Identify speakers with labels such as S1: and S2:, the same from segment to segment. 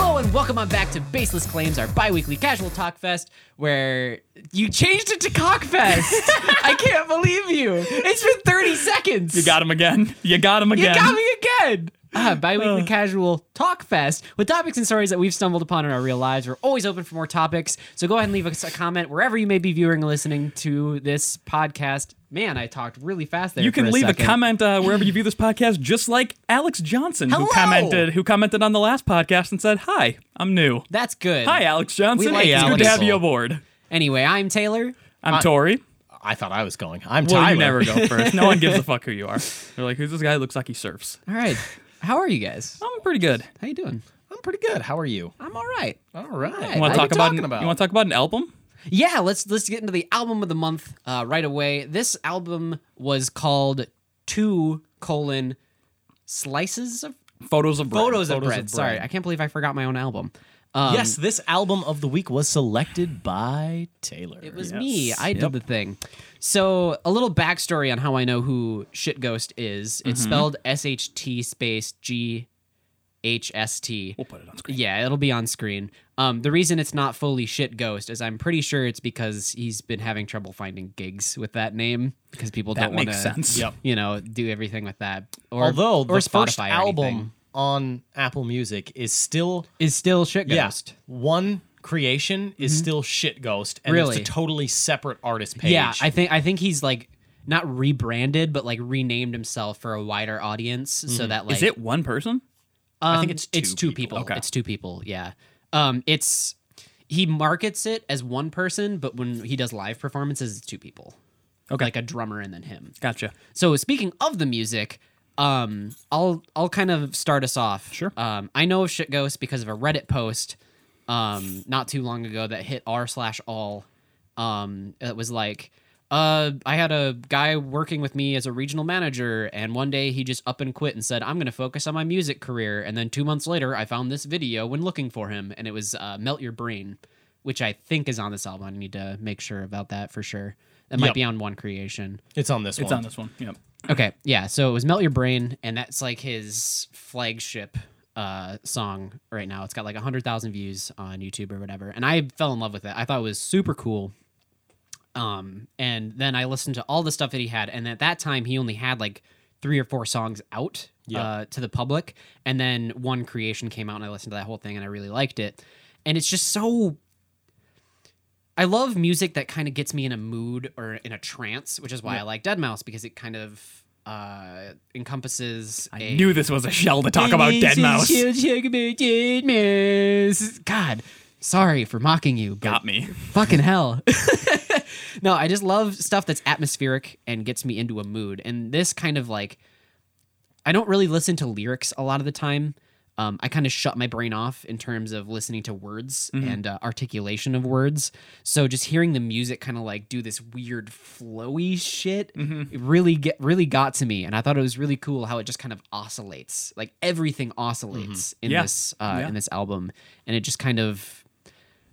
S1: on back to Baseless Claims, our bi weekly casual talk fest, where you changed it to Cockfest. I can't believe you. It's been 30 seconds.
S2: You got him again. You got him
S1: You
S2: again. Uh.
S1: got me again. Ah, bi-weekly casual talk fest with topics and stories that we've stumbled upon in our real lives. We're always open for more topics. So go ahead and leave us a comment wherever you may be viewing or listening to this podcast. Man, I talked really fast there.
S2: You
S1: for
S2: can leave
S1: second.
S2: a comment uh, wherever you view this podcast, just like Alex Johnson,
S1: Hello!
S2: who commented who commented on the last podcast and said, "Hi, I'm new."
S1: That's good.
S2: Hi, Alex Johnson.
S1: We like
S2: Hey, it's good
S1: Alex.
S2: to have you aboard.
S1: Anyway, I'm Taylor.
S2: I'm Tori.
S3: I thought I was going. I'm
S2: Well,
S3: Tyler.
S2: you never go first. No one gives a fuck who you are. They're like, "Who's this guy? Looks like he surfs."
S1: All right. How are you guys?
S2: I'm pretty good.
S1: How you doing?
S3: I'm pretty good. How are you?
S1: I'm all right.
S3: All right.
S1: You
S2: You want
S1: What
S2: to
S1: are
S2: talk about, an-
S3: talking about?
S2: You want to talk about an album?
S1: Yeah, let's let's get into the album of the month uh, right away. This album was called Two colon slices of
S2: Photos of bread.
S1: photos, of, bread. Sorry, I can't believe I forgot my own album. Um,
S3: yes, this album of the week was selected by Taylor.
S1: It was me. I did the thing. So, a little backstory on how I know who Shitghost is. It's
S2: Mm-hmm.
S1: spelled S H T space G H S T.
S2: We'll put it on screen.
S1: Yeah, it'll be on screen. Um, the reason it's not fully Shit Ghost is I'm pretty sure it's because he's been having trouble finding gigs with that name because people
S2: That
S1: don't want
S2: makes
S1: to,
S2: sense.
S3: Yep.
S1: you know, do everything with that. Or,
S3: Although the
S1: or
S3: first
S1: Spotify or
S3: album
S1: anything.
S3: on Apple Music is still
S1: is still Shit
S3: yeah,
S1: Ghost.
S3: one creation is still Shit Ghost, and
S1: Really?
S3: it's a totally separate artist page.
S1: Yeah, I think I think he's like not rebranded, but like renamed himself for a wider audience, so that like
S2: Is it one person?
S1: um,
S3: think it's
S1: it's
S3: two
S1: two people.
S3: people.
S2: Okay.
S1: It's two people. Yeah, um, it's he markets it as one person, but when he does live performances, it's two people.
S2: Okay.
S1: like a drummer and then him.
S2: Gotcha.
S1: So speaking of the music, um, I'll I'll kind of start us off.
S2: Sure.
S1: Um, I know of Shit Ghost because of a Reddit post, um, not too long ago that hit r slash all. Um, it was like, uh, I had a guy working with me as a regional manager, and one day he just up and quit and said, "I'm gonna focus on my music career." And then two months later, I found this video when looking for him, and it was uh, "Melt Your Brain," which I think is on this album. I need to make sure about that for sure. That might
S3: Yep.
S1: be on one creation.
S3: it's on this
S2: It's
S3: one.
S2: on this one. Yep.
S1: Okay, yeah. So it was "Melt Your Brain," and that's like his flagship uh, song right now. It's got like hundred thousand views on YouTube or whatever, and I fell in love with it. I thought it was super cool. Um, and then I listened to all the stuff that he had, and at that time he only had like three or four songs out uh, to the public, and then one creation came out, and I listened to that whole thing, and I really liked it. And it's just so I love music that kind of gets me in a mood or in a trance, which is why I like Dead Mouse because it kind of uh, encompasses.
S2: I
S1: a-
S2: knew this was a shell to talk about Dead Mouse.
S1: God, sorry for mocking you. But
S2: Got me.
S1: Fucking hell. no, I just love stuff that's atmospheric and gets me into a mood. And this kind of like, I don't really listen to lyrics a lot of the time. Um, I kind of shut my brain off in terms of listening to words
S2: Mm-hmm.
S1: and uh, articulation of words. So just hearing the music kind of like do this weird flowy shit
S2: Mm-hmm.
S1: it really get really got to me, and I thought it was really cool how it just kind of oscillates. Like everything oscillates in
S2: Mm-hmm. Yeah.
S1: this uh,
S2: Yeah.
S1: in this album, and it just kind of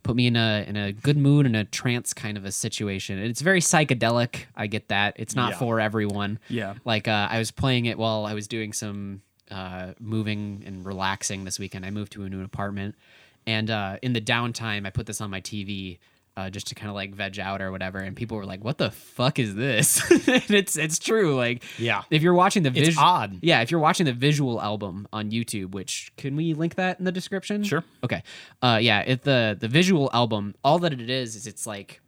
S1: put me in a in a good mood and a trance kind of a situation. And it's very psychedelic. I get that. It's not
S3: Yeah.
S1: for everyone.
S2: Yeah.
S1: Like uh, I was playing it while I was doing some uh, moving and relaxing this weekend. I moved to a new apartment, and uh, in the downtime, I put this on my TV. Uh, just to kind of like veg out or whatever, and people were like, "What the fuck is this?" and it's it's true. Like,
S3: Yeah.
S1: if you're watching the
S3: It's
S1: visual,
S3: odd.
S1: yeah, if you're watching the visual album on YouTube, which can we link that in the description?
S2: Sure.
S1: Okay. Uh, yeah, if the the visual album, all that it is is it's like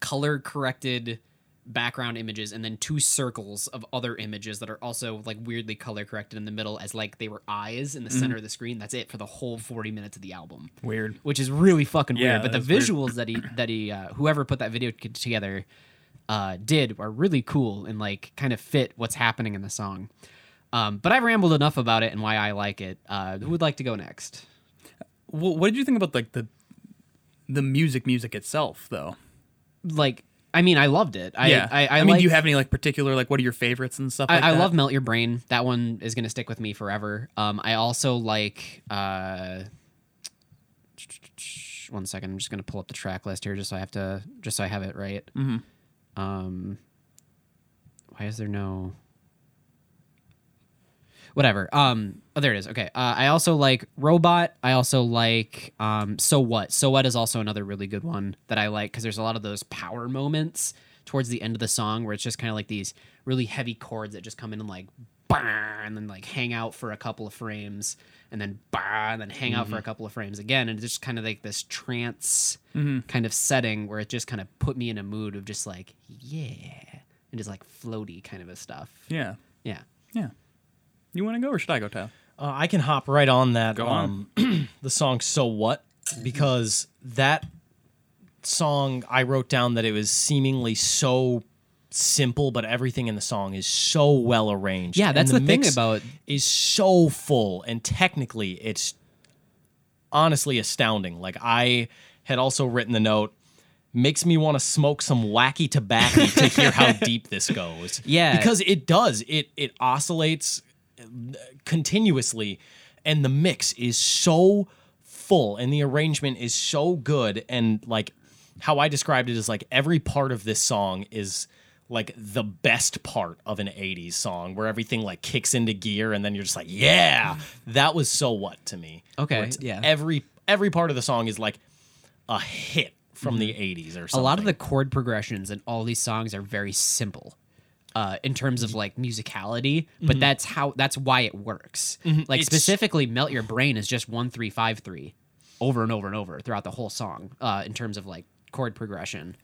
S1: color corrected background images and then two circles of other images that are also like weirdly color corrected in the middle as like they were eyes in the center of the screen. That's it for the whole 40 minutes of the album
S2: Weird.
S1: which is really fucking
S2: Yeah,
S1: weird. But the
S2: that's weird.
S1: visuals that he that he uh, whoever put that video t- together uh, did are really cool and like kind of fit what's happening in the song. Um, but I've rambled enough about it and why I like it. Uh, who would like to go next?
S2: Well, what did you think about like the the music music itself though?
S1: Like, I mean, I loved it. I, I, I,
S2: mean, do you
S1: liked-
S2: have any like particular like what are your favorites and stuff?
S1: I,
S2: like
S1: I
S2: that?
S1: love Melt Your Brain. That one is gonna stick with me forever. Um, I also like. Uh, one second, I'm just gonna pull up the track list here, just so I have to, just so I have it right.
S2: Mm-hmm.
S1: Um, why is there no? whatever. Um, oh, there it is. Okay. Uh, I also like Robot. I also like um, So What. So What is also another really good one that I like because there's a lot of those power moments towards the end of the song where it's just kind of like these really heavy chords that just come in and like bah, and then like hang out for a couple of frames and then bah, and then hang out for a couple of frames again and it's just kind of like this trance kind of setting where it just kind of put me in a mood of just like yeah and just like floaty kind of a stuff
S2: Yeah.
S1: yeah
S2: Yeah. You want to go or should I go, Tyler?
S4: Uh, I can hop right on that.
S2: Go on.
S4: Um, the song "So What" because that song I wrote down that it was seemingly so simple, but everything in the song is so well arranged.
S1: Yeah,
S4: And
S1: that's the thing
S4: mix
S1: about-
S4: is so full and technically it's honestly astounding. Like I had also written the note. Makes me want to smoke some wacky tobacco to hear how deep this goes.
S1: Yeah.
S4: because it does. It it oscillates continuously and the mix is so full and the arrangement is so good and like how i described it is like every part of this song is like the best part of an 80s song where everything like kicks into gear and then you're just like yeah that was so what to me
S1: Okay,
S4: Where it's
S1: yeah.
S4: every every part of the song is like a hit from the 80s or something
S1: Mm-hmm. a lot of the chord progressions in all these songs are very simple uh, in terms of like musicality
S4: Mm-hmm.
S1: but that's how that's why it works like specifically melt your brain is just 1353 over and over and over throughout the whole song uh, in terms of like chord progression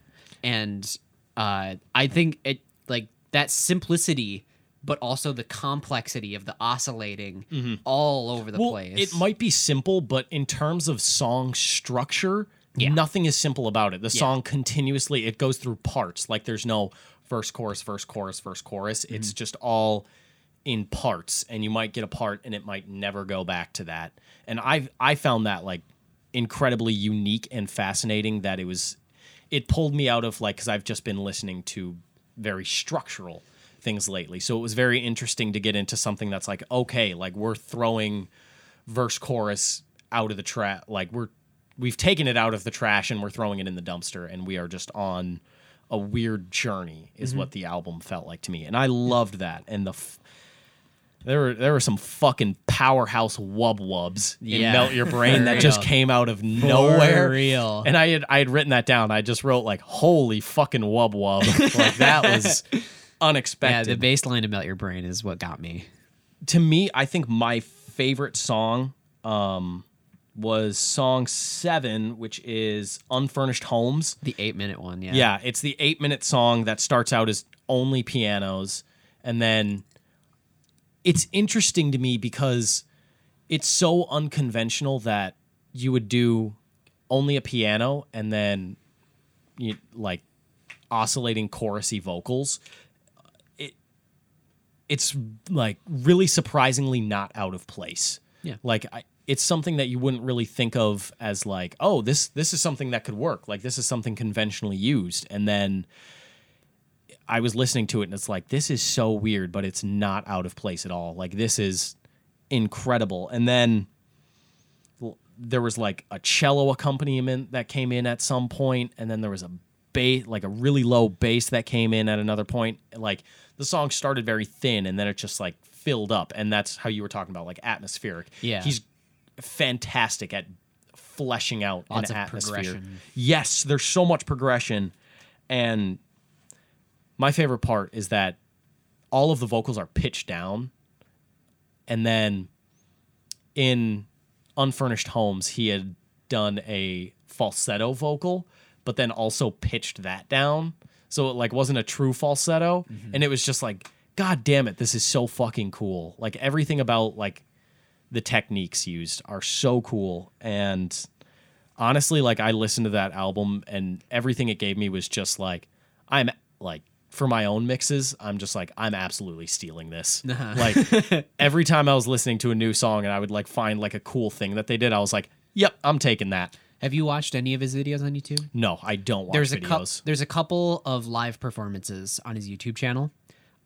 S1: and uh, i think it like that simplicity but also the complexity of the oscillating all over the place
S4: Mm-hmm. It might be simple, but in terms of song structure, nothing is simple about it. The song continuously it goes through parts. Like there's no verse, chorus, verse, chorus, verse, chorus.
S1: Mm-hmm.
S4: It's just all in parts, and you might get a part, and it might never go back to that. And I I found that like incredibly unique and fascinating. That it was it pulled me out of like because I've just been listening to very structural things lately. So it was very interesting to get into something that's like okay, like we're throwing verse chorus out of the trash like we're we've taken it out of the trash and we're throwing it in the dumpster and we are just on a weird journey is
S1: Mm-hmm.
S4: what the album felt like to me and i loved that and the f- there were there were some fucking powerhouse wub wubs in
S1: Yeah.
S4: melt your brain that just came out of nowhere
S1: real.
S4: and i had i had written that down i just wrote like holy fucking wub wub like that was
S1: yeah
S4: unexpected
S1: the bass line of melt your brain is what got me
S4: to me, I think my favorite song um, was song seven, which is Unfurnished Homes.
S1: the eight minute one yeah
S4: Yeah, it's the eight minute song that starts out as only pianos. And then it's interesting to me because it's so unconventional that you would do only a piano and then you, like oscillating chorusy vocals. It it's like really surprisingly not out of place.
S1: Yeah.
S4: Like I, it's something that you wouldn't really think of as like, oh, this this is something that could work. Like this is something conventionally used. And then I was listening to it and it's like this is so weird, but it's not out of place at all. Like this is incredible. And then l- there was like a cello accompaniment that came in at some point and then there was a bass like a really low bass that came in at another point like the song started very thin and then it just like filled up and that's how you were talking about like atmospheric
S1: Yeah.
S4: he's fantastic at fleshing out
S1: Lots
S4: an
S1: of
S4: atmosphere
S1: progression.
S4: yes there's so much progression and my favorite part is that all of the vocals are pitched down and then in unfurnished homes he had done a falsetto vocal but then also pitched that down so it like wasn't a true falsetto
S1: Mm-hmm.
S4: and it was just like god damn it this is so fucking cool like everything about like the techniques used are so cool and honestly like i listened to that album and everything it gave me was just like i'm like for my own mixes i'm just like i'm absolutely stealing this
S1: Uh-huh.
S4: like every time i was listening to a new song and i would like find like a cool thing that they did i was like yep i'm taking that
S1: have you watched any of his videos on youtube
S4: no i don't watch
S1: there's a couple
S4: videos
S1: there's a couple of live performances on his YouTube channel.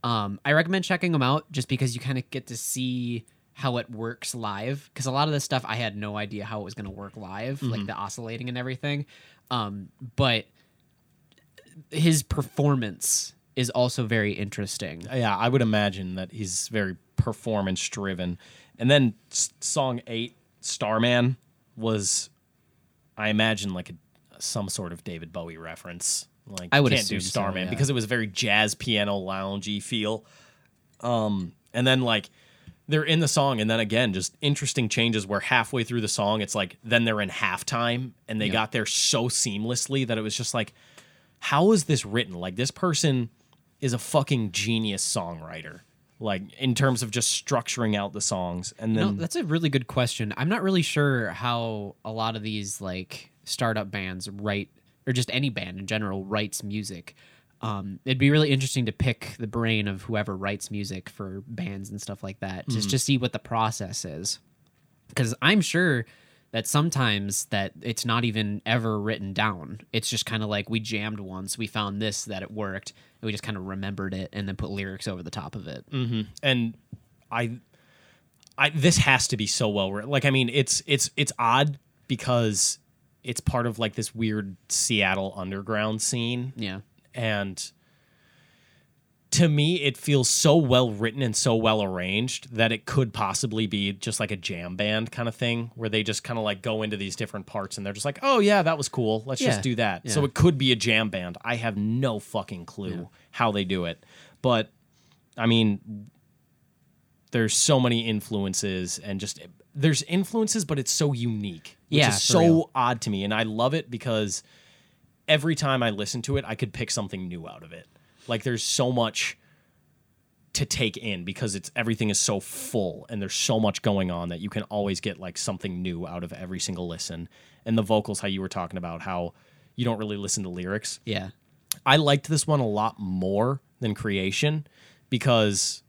S1: Um, I recommend checking them out just because you kind of get to see how it works live. Because a lot of this stuff I had no idea how it was going to work live,
S4: Mm-hmm.
S1: like the oscillating and everything. Um, but his performance is also very interesting.
S4: yeah, I would imagine that he's very performance driven. And then s- song eight, Starman, was, I imagine, like a, some sort of David Bowie reference. Like
S1: I would
S4: you can't do
S1: assume so,
S4: Starman
S1: yeah.
S4: because it was very jazz piano loungy feel. Um, and then like they're in the song, and then again, just interesting changes where halfway through the song, it's like then they're in halftime, and they got there so seamlessly that it was just like how is this written? Like this person is a fucking genius songwriter. Like in terms of just structuring out the songs and
S1: No,
S4: then
S1: that's a really good question. I'm not really sure how a lot of these like startup bands write, or just any band in general writes music. Um, it'd be really interesting to pick the brain of whoever writes music for bands and stuff like that, just to see what the process is. Because I'm sure that sometimes that it's not even ever written down. It's just kind of like we jammed once, we found this that it worked, and we just kind of remembered it and then put lyrics over the top of it.
S4: and I, I this has to be so well written. Like I mean, it's it's it's odd because it's part of like this weird Seattle underground scene.
S1: Yeah.
S4: and to me it feels so well written and so well arranged that it could possibly be just like a jam band kind of thing where they just kind of like go into these different parts and they're just like oh yeah that was cool let's
S1: Yeah.
S4: just do that so
S1: Yeah.
S4: it could be a jam band i have no fucking clue how they do it but i mean there's so many influences and just there's influences but it's so unique which
S1: Yeah, for
S4: is so
S1: real.
S4: odd to me and i love it because every time I listen to it, I could pick something new out of it. Like there's so much to take in because it's everything is so full and there's so much going on that you can always get like something new out of every single listen. And the vocals, how you were talking about how you don't really listen to lyrics.
S1: Yeah.
S4: I liked this one a lot more than Creation because,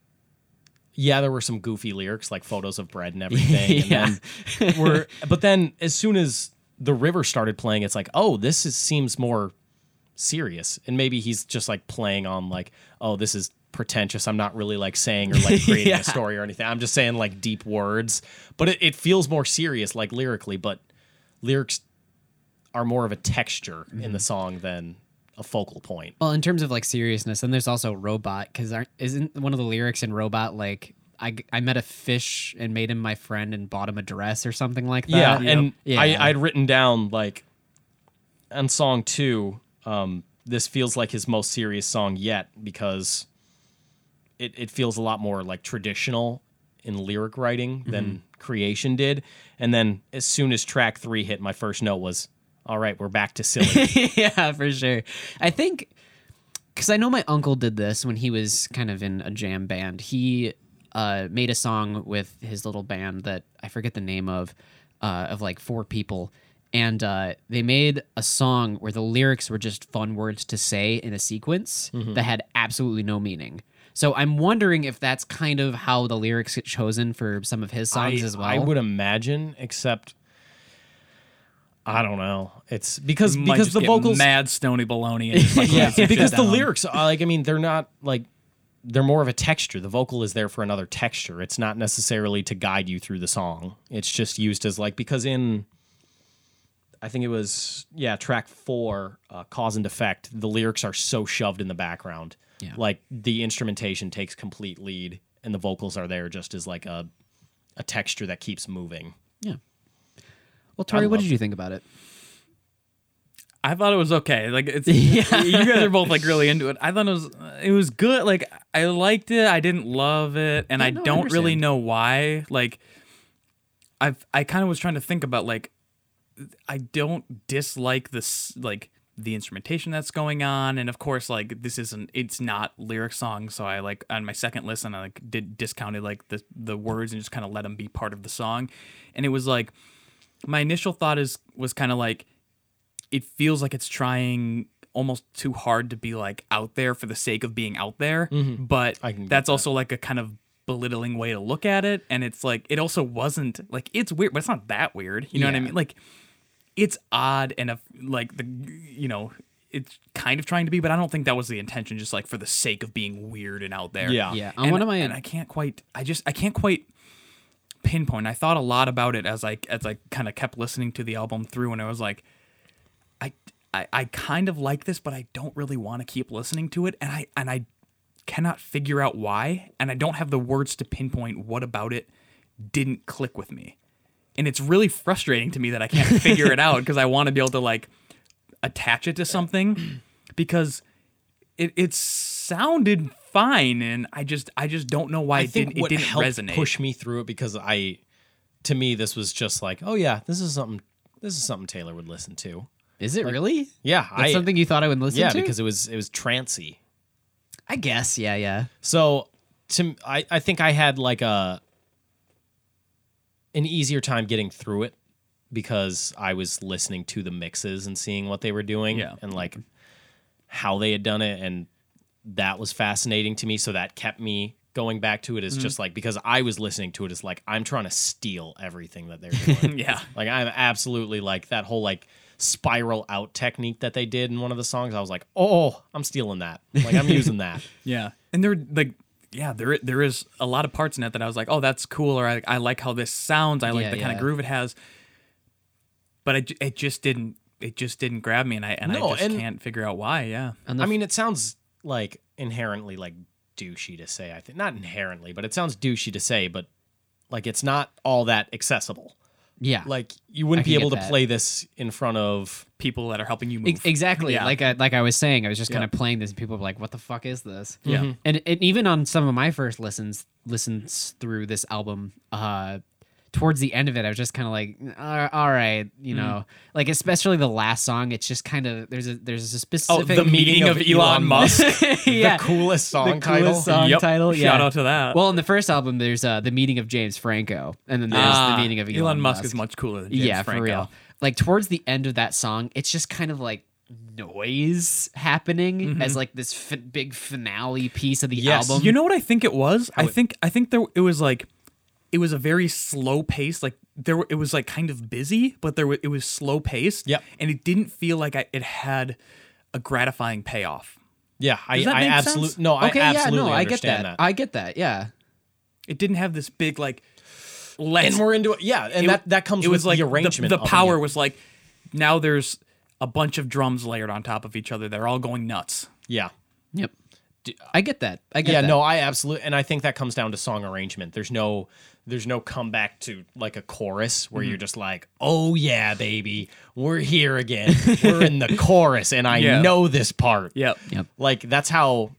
S4: yeah, there were some goofy lyrics like photos of bread and everything. and then we're, but then as soon as the river started playing, it's like, oh, this is, seems more serious. And maybe he's just like playing on like, oh, this is pretentious. I'm not really like saying or like creating a story or anything. I'm just saying like deep words, but it, it feels more serious like lyrically, but lyrics are more of a texture in the song than a focal point.
S1: Well, in terms of like seriousness, then there's also robot because isn't one of the lyrics in robot like I, g- I met a fish and made him my friend and bought him a dress or something like that.
S4: Yeah, and
S1: Yep. Yeah.
S4: I, I'd written down like on song two, um, this feels like his most serious song yet because it, it feels a lot more like traditional in lyric writing than creation did. And then as soon as track three hit, my first note was, All right, we're back to silly.
S1: yeah, for sure. I think because I know my uncle did this when he was kind of in a jam band. He uh, made a song with his little band that I forget the name of, uh, of like four people. And uh, they made a song where the lyrics were just fun words to say in a sequence that had absolutely no meaning. So I'm wondering if that's kind of how the lyrics get chosen for some of his songs
S4: I-
S1: as well.
S4: I would imagine, except I don't know. It's because
S2: Might
S4: because
S2: just
S4: the
S2: get
S4: vocals
S2: mad stony baloney. And just, like,
S4: yeah,
S2: write some
S4: because
S2: shit
S4: the
S2: down.
S4: lyrics are like I mean they're not like they're more of a texture. The vocal is there for another texture. It's not necessarily to guide you through the song. It's just used as like because in I think it was yeah track four uh, cause and effect. The lyrics are so shoved in the background.
S1: Yeah.
S4: Like the instrumentation takes complete lead, and the vocals are there just as like a a texture that keeps moving.
S1: yeah. Well, Tori, what did you think about it?
S2: I thought it was okay. Like it's you guys are both like really into it. I thought it was it was good. Like I liked it. I didn't love it, and I
S1: no, I
S2: don't really
S1: understand.
S2: know why. Like I've I kind of was trying to think about like I don't dislike this like the instrumentation that's going on, and of course like this isn't it's not lyric song. So I like on my second listen I like did discounted like the the words and just kind of let them be part of the song, and it was like my initial thought is was kind of like it feels like it's trying almost too hard to be like out there for the sake of being out there but
S4: Mm-hmm. I can get
S2: that's also like a kind of belittling way to look at it and it's like it also wasn't like it's weird but it's not that weird you know what i
S1: Yeah.
S2: mean like it's odd and a, like the you know it's kind of trying to be but i don't think that was the intention just like for the sake of being weird and out there
S4: Yeah.
S1: Yeah, on
S2: Ah, and,
S1: one of my
S2: and i can't quite i just i can't quite pinpoint i thought a lot about it as i as i kind of kept listening to the album through and i was like i I, I kind of like this, but I don't really want to keep listening to it, and I and I cannot figure out why, and I don't have the words to pinpoint what about it didn't click with me, and it's really frustrating to me that I can't figure it out because I want to be able to like attach it to something because it it sounded fine, and I just I just don't know why
S4: I
S2: it
S4: think
S2: didn't it
S4: what
S2: didn't
S4: helped
S2: resonate.
S4: push me through it because I, to me, this was just like, oh yeah, this is something. This is something Taylor would listen to.
S1: Is it really?
S4: Yeah,
S1: That's
S4: I,
S1: something you thought I would listen
S4: yeah,
S1: to?
S4: because it was it was trancey.
S1: I guess, yeah, yeah.
S4: So to I, I think I had like a an easier time getting through it because I was listening to the mixes and seeing what they were doing
S2: Yeah.
S4: and like how they had done it and that was fascinating to me so that kept me going back to it is just like because I was listening to it it's like I'm trying to steal everything that they're doing.
S2: yeah.
S4: like I'm absolutely like that whole like spiral out technique that they did in one of the songs I was like, "Oh, I'm stealing that." Like I'm using that.
S2: Yeah, and there like yeah there there is a lot of parts in it that I was like, oh, that's cool, or I, I like how this sounds, I like
S1: Yeah,
S2: the kind
S1: yeah.
S2: of groove it has, but I ju- it just didn't it just didn't grab me, and I and
S4: No,
S2: I just
S4: and-
S2: can't figure out why. Yeah,
S1: the
S4: I
S1: f-
S4: mean, it sounds like inherently like douchey to say. I think not inherently, but it sounds douchey to say. But like, it's not all that accessible.
S1: Yeah.
S4: Like, you
S1: I
S4: wouldn't
S1: can
S4: be able to
S1: get that.
S4: play this in front of.
S2: people that are helping you
S1: E-
S2: move.
S1: Exactly.
S2: Yeah.
S1: Like I, like I was saying, I was just kind of
S2: Yeah.
S1: playing this, and people were like, "What the fuck is this?"
S2: Yeah. Mhm.
S1: And and even on some of my first listens listens through this album, uh, towards the end of it, I was just kind of like, "All- "All right, you know." Like especially the last song, it's just kind of there's a there's a specific
S2: meeting of Elon Musk.
S1: yeah.
S4: The coolest
S1: The
S4: song
S1: coolest
S4: title.
S1: song
S2: Yep.
S1: title. Yeah.
S2: Shout out to that.
S1: Well, in the first album, there's uh, the meeting of James Franco, and then there's
S2: Ah,
S1: the meeting of uh, Elon,
S2: Musk, is much cooler than James
S1: yeah,
S2: Franco.
S1: for real. Like towards the end of that song, it's just kind of like noise happening as like this fi- big finale piece of the
S4: Mm-hmm. Yes.
S1: album.
S2: You know what I think it was? I think I think there it was like it was a very slow pace. Like there were- it was like kind of busy, but there wa- it was slow paced.
S4: Yep.
S2: And it didn't feel like I, it had a gratifying payoff.
S4: Yeah, I,
S2: Does that
S4: I
S2: make
S4: absolutely
S2: sense?
S4: no.
S1: okay,
S4: I absolutely
S1: yeah, no, I get
S4: understand
S1: that. I get that. Yeah,
S2: It didn't have this big like let's
S4: and we're into it. Yeah, and
S2: it-
S4: that that comes
S2: it
S4: with
S2: was like
S4: the arrangement.
S2: The,
S4: of it,
S2: power
S4: yeah.
S2: was like now there's a bunch of drums layered on top of each other. They're all going nuts.
S4: Yeah.
S1: yep. I get that. I get
S4: yeah
S1: that.
S4: no i absolutely and i think that comes down to song arrangement there's no there's no comeback to like a chorus
S2: Mm-hmm.
S4: where you're just like oh yeah baby we're here again we're in the chorus and i
S2: Yeah.
S4: know this part
S2: Yep.
S1: Yep.
S4: like that's how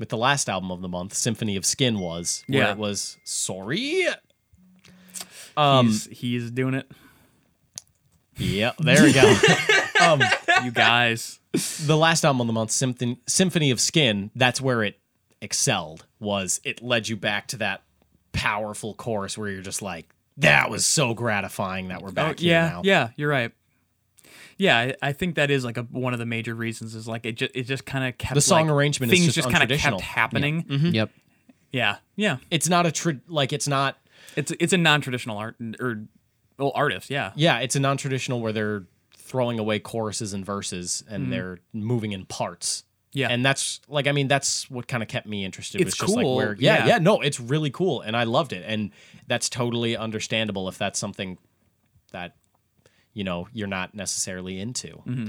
S4: with the last album of the month symphony of skin was where
S2: Yeah.
S4: it was sorry
S2: he's, he's doing it.
S4: yeah there we go Um,
S2: You guys.
S4: the last album of the month, Symphony, Symphony of Skin, that's where it excelled. Was it led you back to that powerful chorus where you're just like, that was so gratifying that we're back
S2: Oh,
S4: here
S2: yeah,
S4: now.
S2: yeah, you're right. Yeah, I, I think that is like a, one of the major reasons is like it just it just kind of kept
S4: The song
S2: like,
S4: arrangement is
S2: things
S4: just
S2: kind of
S4: untraditional. Mm-hmm.
S2: kept happening. Yeah.
S1: Yep.
S2: yeah,
S4: It's not a tra- like it's not.
S2: It's it's a non-traditional art or well artist. Yeah,
S4: Yeah, it's a non-traditional where they're throwing away choruses and verses
S2: Mm.
S4: and they're moving in parts.
S2: Yeah.
S4: and that's like I mean that's what kind of kept me interested.
S2: It's
S4: was just like
S2: cool,
S4: where yeah,
S2: yeah.
S4: yeah no it's really cool and I loved it and that's totally understandable if that's something that you know you're not necessarily into.
S1: Yeah.
S4: Mm-hmm.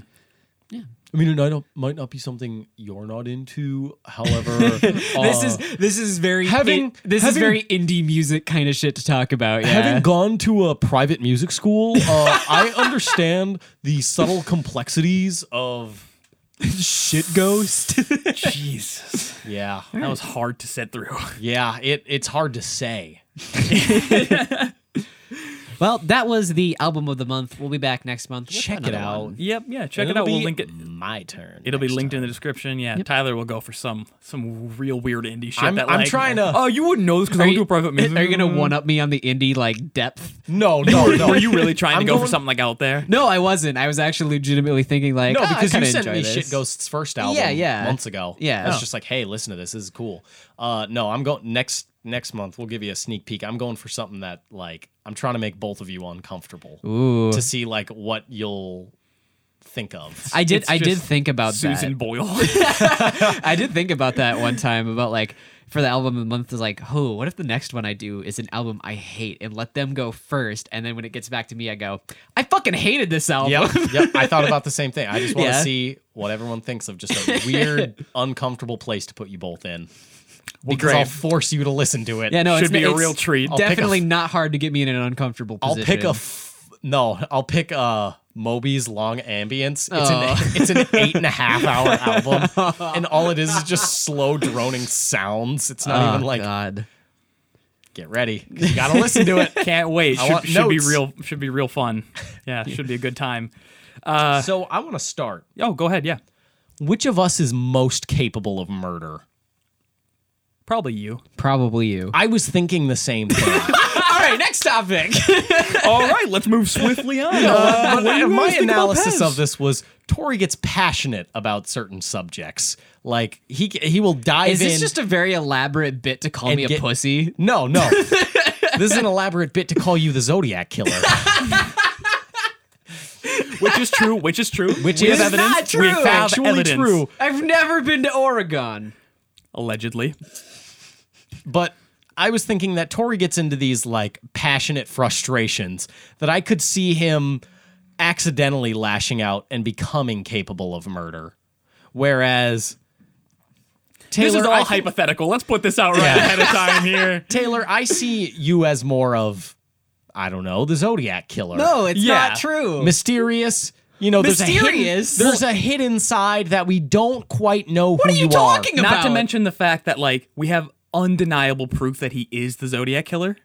S4: I mean, it might not, might not be something you're not into. However, uh, this is
S1: this is very
S4: Having-
S1: this is
S4: having-
S1: very indie music kind of shit to talk about. Yeah.
S4: Having gone to a private music school, uh, I understand the subtle complexities of
S1: shit ghost.
S2: Jesus,
S4: yeah,
S2: that was hard to sit through.
S4: yeah. It it's hard to say.
S1: well, that was the album of the month. We'll be back next month. with
S4: Check it
S1: another
S4: out.
S1: one.
S2: yep, yeah, check it
S4: It'll
S2: out. We'll
S4: be
S2: link it.
S4: My turn.
S2: It'll be
S4: next
S2: linked
S4: time.
S2: in the description. Yeah, Tyler will go for some some real weird indie shit.
S4: I'm-
S2: that
S4: I'm
S2: like,
S4: trying to-
S2: Oh, you wouldn't know this because I
S1: Are
S2: don't
S1: you,
S2: do private music.
S1: Are you gonna one up me on the indie like depth?
S4: No, no, no.
S2: Were you really trying to
S4: I'm
S2: go for
S4: going-
S2: something like out there?
S1: No, I wasn't. I was actually legitimately thinking like,
S4: No,
S1: "Ah, I
S4: because you
S1: kinda
S4: sent
S1: enjoy
S4: me
S1: this."
S4: Shit Ghost's first album
S1: Yeah, yeah.
S4: months ago.
S1: Yeah.
S4: I was
S1: Oh.
S4: just like, hey, listen to this. This is cool. Uh, no, I'm going next next month. We'll give you a sneak peek. I'm going for something that like I'm trying to make both of you uncomfortable
S1: Ooh.
S4: to see like what you'll think of.
S1: I did.
S2: It's
S1: I did
S2: just
S1: think about
S2: Susan Boyle.
S1: that. I did think about that one time about like for the album of the month is like, oh, what if the next one I do is an album I hate and let them go first, and then when it gets back to me, I go, I fucking hated this album.
S4: Yep, yep. I thought about the same thing. I just want to
S1: Yeah.
S4: see what everyone thinks of just a weird, uncomfortable place to put you both in. because
S2: great.
S4: I'll force you to listen to it.
S1: Yeah, no,
S2: Should
S1: it's,
S2: be a
S1: it's
S2: real treat. I'll
S4: pick a-
S1: Definitely not hard to get me in an uncomfortable
S4: I'll
S1: position.
S4: pick a f- no. I'll pick a Moby's long ambience. It's
S1: Oh.
S4: an it's an eight and a half hour album, and all it is is just slow droning sounds. It's not even like
S1: Oh, God.
S4: get ready. 'cause You gotta listen to it.
S2: Can't wait.
S4: I
S2: Should,
S4: want
S2: should be
S4: notes.
S2: real. Should be real fun. Yeah, should be a good time.
S1: Uh,
S4: so I want to start.
S2: Oh, go ahead. Yeah,
S4: Which of us is most capable of murder?
S2: probably you.
S1: Probably you.
S4: I was thinking the same thing.
S1: All right, next topic.
S2: All right, let's move swiftly on.
S4: But Uh, my
S2: think about
S4: analysis
S2: Pez?
S4: of this was Tori gets passionate about certain subjects. Like he he will dive
S1: Is this
S4: in.
S1: just a very elaborate bit to call
S4: and
S1: me a
S4: get-
S1: pussy?
S4: no, no. this is an elaborate bit to call you the Zodiac killer.
S2: which is true. Which is true.
S4: Which
S2: We
S4: is
S2: have
S1: not
S2: evidence. We
S1: true.
S2: have
S4: Factually
S2: evidence.
S4: true.
S1: I've never been to Oregon.
S2: Allegedly.
S4: But I was thinking that Tori gets into these like passionate frustrations that I could see him accidentally lashing out and becoming capable of murder. Whereas Taylor,
S2: This is all
S4: I think-
S2: hypothetical. Let's put this out right
S4: Yeah.
S2: ahead of time here.
S4: Taylor, I see you as more of, I don't know, the Zodiac killer.
S1: it's
S2: Yeah.
S1: true.
S4: Mysterious. You know, there's
S1: Mysterious?
S4: A hidden, there's a hidden side that we don't quite know what who
S1: are you talking
S2: Not to
S1: About-
S2: mention the fact that like we have undeniable proof that he is the Zodiac killer.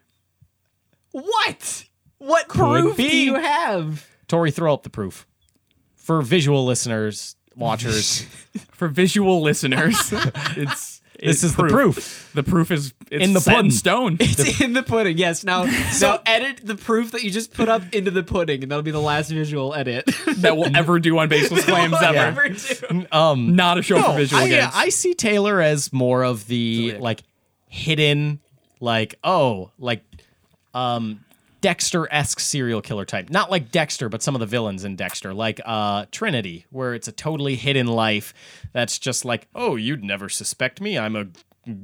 S1: what? What proof do
S4: be.
S1: you have?
S4: Tori, throw up the proof for visual listeners, watchers.
S2: For visual listeners, it's
S4: this
S2: it's
S4: is the proof.
S2: The proof is it's
S4: In the
S2: set
S4: pudding.
S2: stone.
S1: It's in the pudding. Yes. Now, now edit the proof that you just put up into the pudding, and that'll be the last visual edit.
S2: that we'll ever do on baseless claims
S1: We'll
S2: ever.
S1: ever do.
S2: Not a show for visual
S4: I,
S2: games.
S4: I see Taylor as more of the
S2: Zodiac.
S4: like hidden, like oh, like um Dexter-esque serial killer type. Not like Dexter, but some of the villains in Dexter, like uh Trinity, where it's a totally hidden life that's just like, oh, you'd never suspect me. I'm a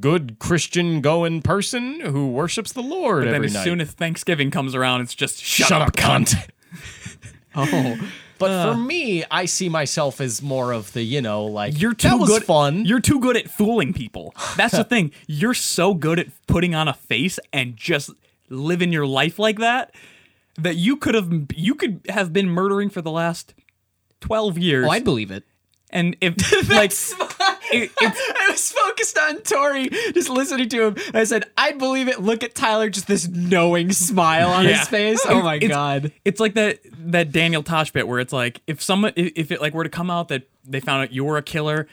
S4: good Christian going person who worships the Lord
S2: then
S4: every
S2: as
S4: night.
S2: soon as Thanksgiving comes around, it's just shut,
S4: Shut, up, cunt. Uh.
S1: Oh,
S4: But for me, I see myself as more of the, you know, like
S2: You're too
S4: that was
S2: good.
S4: fun.
S2: You're too good at fooling people. That's the thing. You're so good at putting on a face and just living your life like that that you could have you could have been murdering for the last twelve years.
S1: oh I'd believe it.
S2: and if like it- it's
S1: I was focused on Tori, just listening to him. I said, I'd believe it. Look at Tyler, just this knowing smile on
S2: Yeah.
S1: his face. Oh my
S2: It's-
S1: god.
S2: It's like that that Daniel Tosh bit where it's like if someone if if it like were to come out that they found out you were a killer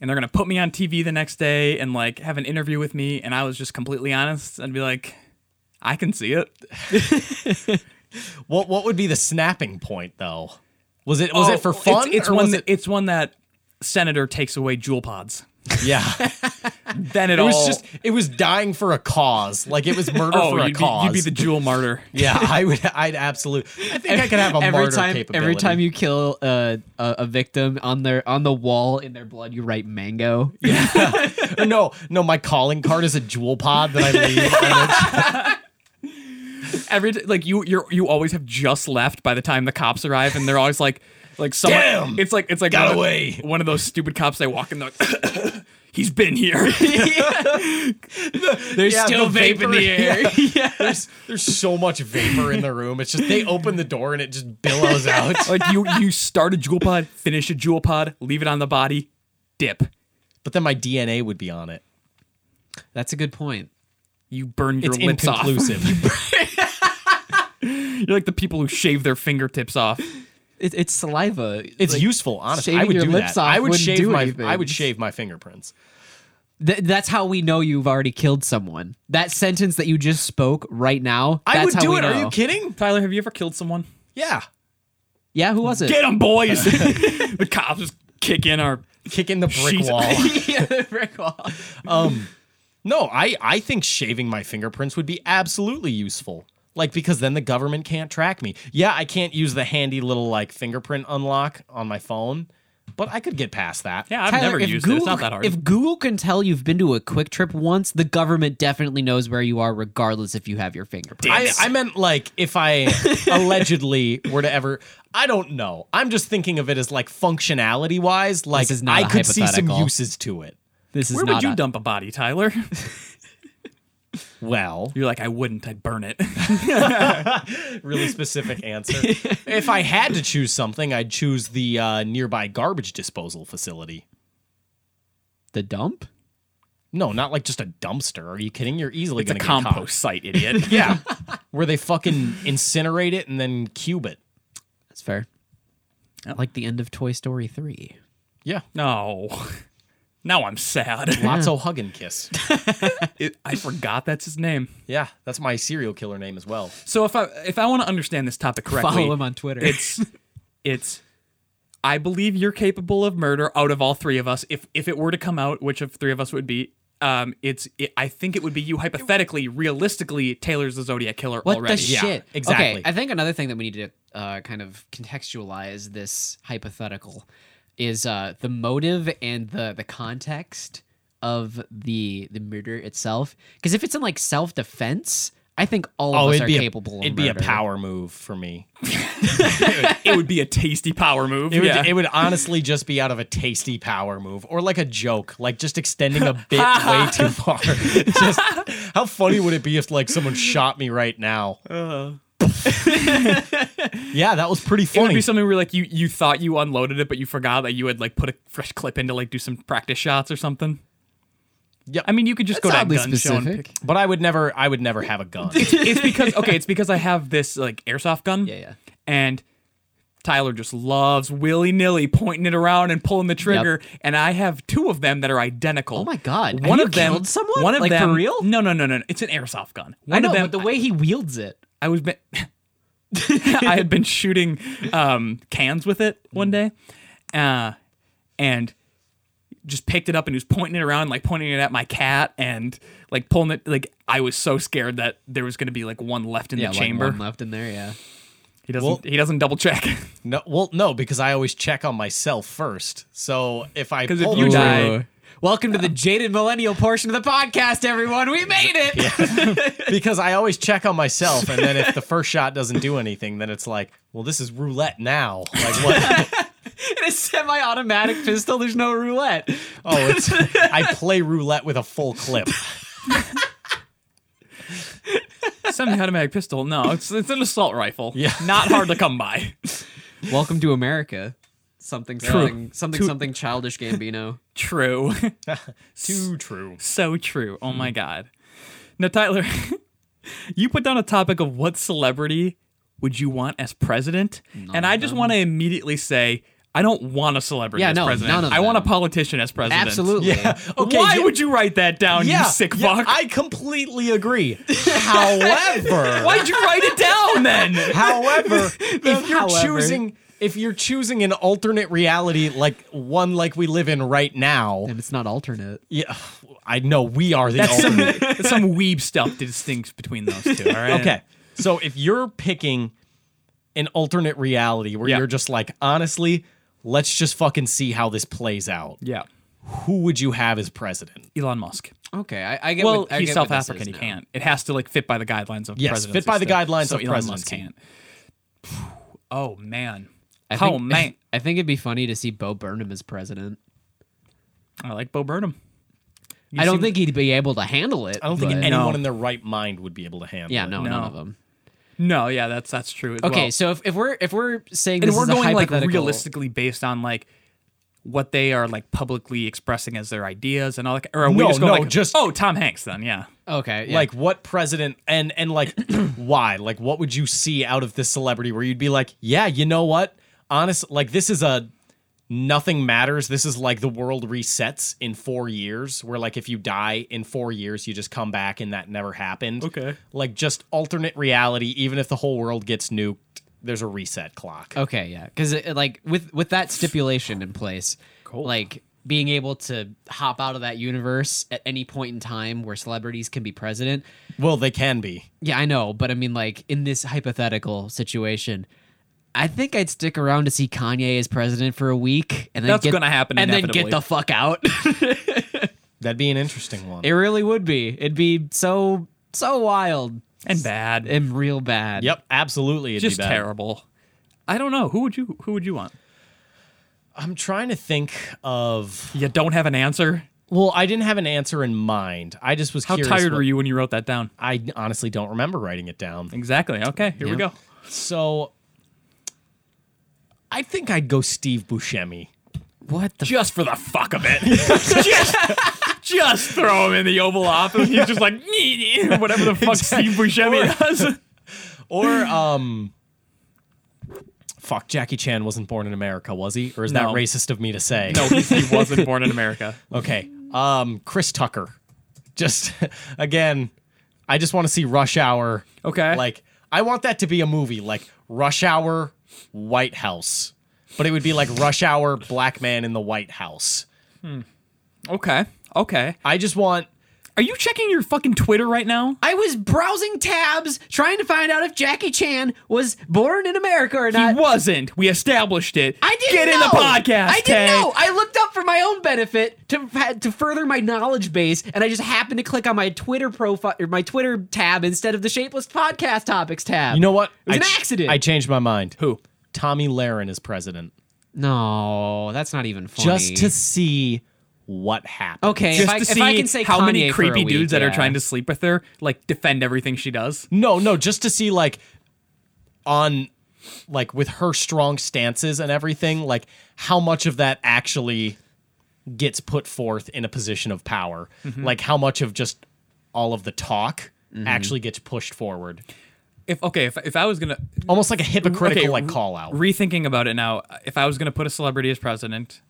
S2: and they're gonna put me on TV the next day and like have an interview with me and I was just completely honest, I'd be like, I can see it.
S4: What what would be the snapping point though? Was it was
S2: Oh,
S4: it for
S2: it's-
S4: fun?
S2: It's,
S4: or
S2: one
S4: was
S2: that, it's one that Senator takes away jewel pods.
S4: it- yeah. Oh.
S2: Then it,
S4: It
S2: all
S4: was just it was dying for a cause. Like it was murder
S2: oh
S4: for a
S2: you'd, be,
S4: cause.
S2: you'd be the jewel martyr.
S4: yeah, I would. I'd absolutely. I think I could have a
S1: every
S4: murder
S1: time,
S4: capability.
S1: Every time you kill uh, a, a victim on their on the wall in their blood, you write mango.
S4: Or no, no, my calling card is a jewel pod that I leave. and it's-
S2: Every t- like you you you always have just left by the time the cops arrive and they're always like like someone
S4: Damn!
S2: it's like it's like
S4: Got
S2: one of-
S4: away.
S2: one of those stupid cops they walk in they're like he's been here
S1: There's
S4: Yeah,
S1: still
S4: the
S1: vape in the
S4: vapor.
S1: air. Yeah.
S4: there's, there's so much vapor in the room. It's just they open the door and it just billows out.
S2: like you you start a jewel pod finish a jewel pod leave it on the body dip
S4: But then my DNA would be on it.
S1: That's a good point.
S2: you burn your
S4: It's
S2: lips off
S4: inconclusive.
S2: you're like the people who shave their fingertips off
S1: It, it's saliva.
S4: It's
S1: Like,
S4: useful, honestly. I
S1: shaving
S4: would
S1: your
S4: do
S1: lips
S4: that.
S1: off
S4: I would
S1: wouldn't
S4: shave
S1: do
S4: my
S1: anything.
S4: I would shave my fingerprints.
S1: Th- that's how we know you've already killed someone. That sentence that you just spoke right now.
S4: I
S1: that's
S4: would
S1: how
S4: do
S1: we
S4: it. Are you
S1: know.
S4: kidding?
S2: Tyler have you ever killed someone
S4: Yeah.
S1: Yeah. Who was it?
S2: get them boys the cops just kick in our
S4: Kicking the brick
S2: She's-
S4: wall.
S1: yeah, the brick wall.
S4: No, I, I think shaving my fingerprints would be absolutely useful. Like because then the government can't track me. Yeah, I can't use the handy little like fingerprint unlock on my phone, but I could get past that.
S2: Yeah, I've
S1: Tyler,
S2: never
S1: if
S2: used
S1: Google,
S2: it. It's not that hard.
S1: If Google can tell you've been to a quick trip once, the government definitely knows where you are, regardless if you have your fingerprint.
S4: I, I meant like if I allegedly were to ever I don't know. I'm just thinking of it as like functionality wise, like
S1: is not
S4: I
S1: a
S4: could see some
S1: hypothetical.
S4: uses to it.
S1: This is
S2: Where
S1: not
S2: would you
S1: a-
S2: dump a body, Tyler?
S4: Well,
S2: You're like, I wouldn't. I'd burn it.
S4: really specific answer. if I had to choose something, I'd choose the uh, nearby garbage disposal facility.
S1: the dump.
S4: No, not like just a dumpster. Are you kidding? You're easily
S2: it's a
S4: gonna get caught.
S2: compost site, idiot.
S4: Yeah, where they fucking incinerate it and then cube it.
S1: That's fair. Like the end of Toy Story three.
S4: Yeah,
S2: No. Now I'm sad.
S4: Lotso hug and kiss.
S2: It- I forgot that's his name.
S4: Yeah, that's my serial killer name as well.
S2: So if I if I want to understand this topic correctly,
S1: Follow him on Twitter.
S2: It's it's I believe you're capable of murder out of all three of us. If if it were to come out, which of three of us would be? Um, it's it, I think it would be you hypothetically, realistically. Taylor's the Zodiac killer
S1: What
S2: already.
S1: the shit?
S4: exactly.
S1: Okay, I think another thing that we need to uh, kind of contextualize this hypothetical is uh, the motive and the the context of the the murder itself. Because if it's in like self defense, I think all
S2: Oh,
S1: of us are capable.
S4: a,
S1: of
S4: Oh, it'd be a
S1: murder.
S4: power move for me.
S2: it would be a tasty power move.
S4: It would,
S2: yeah.
S4: it would honestly just be out of a tasty power move or like a joke, like just extending a bit way too far. just how funny would it be if like someone shot me right now? yeah, that was pretty
S2: It would
S4: funny.
S2: be something where like you you thought you unloaded it, but you forgot that you had like put a fresh clip in to like do some practice shots or something.
S4: Yep.
S2: I mean, you could just go to a
S1: oddly
S2: gun show and
S1: specific.
S2: pick-
S4: but I would never, I would never have a gun.
S2: it's because okay, it's because I have this like airsoft gun.
S1: Yeah, yeah.
S2: And Tyler just loves willy nilly pointing it around and pulling the trigger, and I have two of them that are identical.
S1: Oh my God. Have
S2: One
S1: you
S2: of them
S1: killed someone?
S2: One of
S1: Like, for
S2: them.
S1: real?
S2: No, no, no, no. no. It's an airsoft gun. One
S1: I know,
S2: of them.
S1: but the way he wields it.
S2: I was been I had been shooting um, cans with it one day, uh, and just picked it up and he was pointing it around, like pointing it at my cat and like pulling it. Like I was so scared that there was going to be like one left in
S1: Yeah,
S2: the
S1: like,
S2: chamber.
S1: one left in there. Yeah.
S2: he doesn't.
S4: Well-
S2: he doesn't double check because
S4: No, well, no, because I always check on myself first. So if I
S2: if
S4: pull
S2: you
S4: the trigger-
S2: die,
S1: Welcome to the jaded millennial portion of the podcast, everyone. We made it.
S4: because I always check on myself, and then if the first shot doesn't do anything, then it's like, well, this is roulette now. Like what?
S1: in a semi-automatic pistol. There's no roulette.
S4: oh, it's I play roulette with a full clip.
S2: semi-automatic pistol. No, it's it's an assault rifle.
S4: Yeah.
S2: not hard to come by.
S1: Welcome to America. Something something something
S2: Two-
S1: something childish Gambino.
S2: True.
S4: Too true.
S2: so true. Oh
S4: Hmm.
S2: my god. Now Tyler, you put down a topic of what celebrity would you want as president, and I just want to immediately say I don't want a celebrity
S1: Yeah,
S2: as
S1: no,
S2: president.
S1: none of
S2: I want a
S1: them.
S2: politician as president.
S1: Absolutely.
S4: Yeah. Okay.
S2: Why
S4: yeah,
S2: would you write that down,
S4: yeah,
S2: you sick
S4: yeah,
S2: fuck?
S4: I completely agree. However,
S2: Why'd you write it down then?
S4: however, if you're
S1: however.
S4: choosing. If you're choosing an alternate reality like one like we live in right now,
S1: And it's not alternate.
S4: yeah, I know we are the
S2: That's some,
S4: alternate.
S2: that's some weeb stuff that distinguishes between those two. All right.
S4: Okay. So if you're picking an alternate reality where
S2: Yeah.
S4: you're just like, honestly, let's just fucking see how this plays out.
S2: Yeah.
S4: Who would you have as president?
S2: Elon Musk.
S1: Okay, I, I get.
S2: Well,
S1: what, I
S2: he's
S1: get what
S2: South
S1: this
S2: African.
S1: is
S2: He
S1: now.
S2: can't. It has to like fit by the guidelines of
S4: Yes,
S2: presidency
S4: fit by the
S2: still.
S4: guidelines
S2: so
S4: of
S2: Elon Musk
S4: presidency.
S2: can't. Oh man.
S1: I think,
S2: oh man.
S1: I think it'd be funny to see Bo Burnham as president.
S2: I like Bo Burnham. You
S1: I don't
S2: seem-
S1: think he'd be able to handle it.
S4: I don't think
S1: but-
S4: anyone
S2: No.
S4: in their right mind would be able to handle
S1: Yeah,
S4: it.
S1: no,
S2: No.
S1: none of them.
S2: No, yeah, that's that's true. as
S1: Okay,
S2: well.
S1: so if, if we're if we're saying
S2: and
S1: this
S2: we're
S1: is
S2: going
S1: a
S2: like
S1: hypothetical,
S2: realistically based on like what they are like publicly expressing as their ideas and all that. Or are we
S4: No,
S2: just going
S4: no,
S2: like,
S4: just-
S2: oh Tom Hanks then? Yeah.
S1: Okay, yeah.
S4: Like what president and and like why? Like what would you see out of this celebrity where you'd be like, yeah, you know what? Honest, like this is a nothing matters. This is like the world resets in four years, where like if you die in four years, you just come back and that never happened.
S2: Okay.
S4: Like just alternate reality, even if the whole world gets nuked, there's a reset clock. Uh,
S1: uh, Okay, yeah, because like with with that stipulation in place, like being able to hop out of that universe at any point in time where celebrities can be president.
S4: Well, they can be.
S1: Yeah, I know, but I mean, like in this hypothetical situation, I think I'd stick around to see Kanye as president for a week, and then
S2: That's
S1: get,
S2: gonna happen
S1: and then get
S2: inevitably.
S1: the fuck out.
S4: That'd be an interesting one.
S1: it really would be. It'd be so so wild
S2: and bad,
S1: and real bad.
S4: yep, absolutely. It'd
S2: just
S4: be bad.
S2: terrible. I don't know who would you who would you want.
S4: I'm trying to think of.
S2: You don't have an answer.
S4: Well, I didn't have an answer in mind. I just was
S2: How
S4: curious.
S2: tired
S4: what-
S2: were you when you wrote that down?
S4: I honestly don't remember writing it down.
S2: Exactly. Okay, here we
S1: Yeah.
S2: go.
S4: So I think I'd go Steve Buscemi.
S1: What the?
S2: Just for the fuck of it. just, just throw him in the Oval Office. He's just like whatever the fuck Steve Buscemi does.
S4: Or um fuck Jackie Chan wasn't born in America, was he? Or is that
S2: No.
S4: racist of me to say?
S2: No, he, he wasn't born in America.
S4: Okay. Um Chris Tucker. Just again, I just want to see Rush Hour.
S2: Okay.
S4: Like I want that to be a movie like Rush Hour White House. But it would be like Rush Hour Black Man in the White House.
S2: Okay. Okay.
S4: I just want
S2: Are you checking your fucking Twitter right now?
S1: I was browsing tabs trying to find out if Jackie Chan was born in America or
S2: He
S1: not.
S2: wasn't. We established it.
S1: I didn't
S2: get in the
S1: know.
S2: podcast.
S1: I
S2: Tay.
S1: didn't know. I looked up for my own benefit to to further my knowledge base, and I just happened to click on my Twitter profile or my Twitter tab instead of the Shapeless Podcast Topics tab.
S4: You know what?
S1: It was
S4: I
S1: an
S4: ch-
S1: accident.
S4: I changed my mind.
S2: Who?
S4: Tommy Laren is president.
S1: no, that's not even funny.
S4: Just to see what happens.
S1: okay.
S2: Just
S1: if, I,
S2: to
S1: if
S2: see
S1: I can say
S2: how many
S1: Kanye for a
S2: creepy
S1: week,
S2: dudes that
S1: yeah.
S2: are trying to sleep with her, like defend everything she does.
S4: No, no, just to see like on like with her strong stances and everything, like how much of that actually gets put forth in a position of power.
S2: Mm-hmm.
S4: Like how much of just all of the talk actually gets pushed forward.
S2: If okay, if, if I was gonna
S4: Almost like a hypocritical
S2: okay,
S4: like
S2: re-
S4: call out.
S2: rethinking about it now, if I was gonna put a celebrity as president,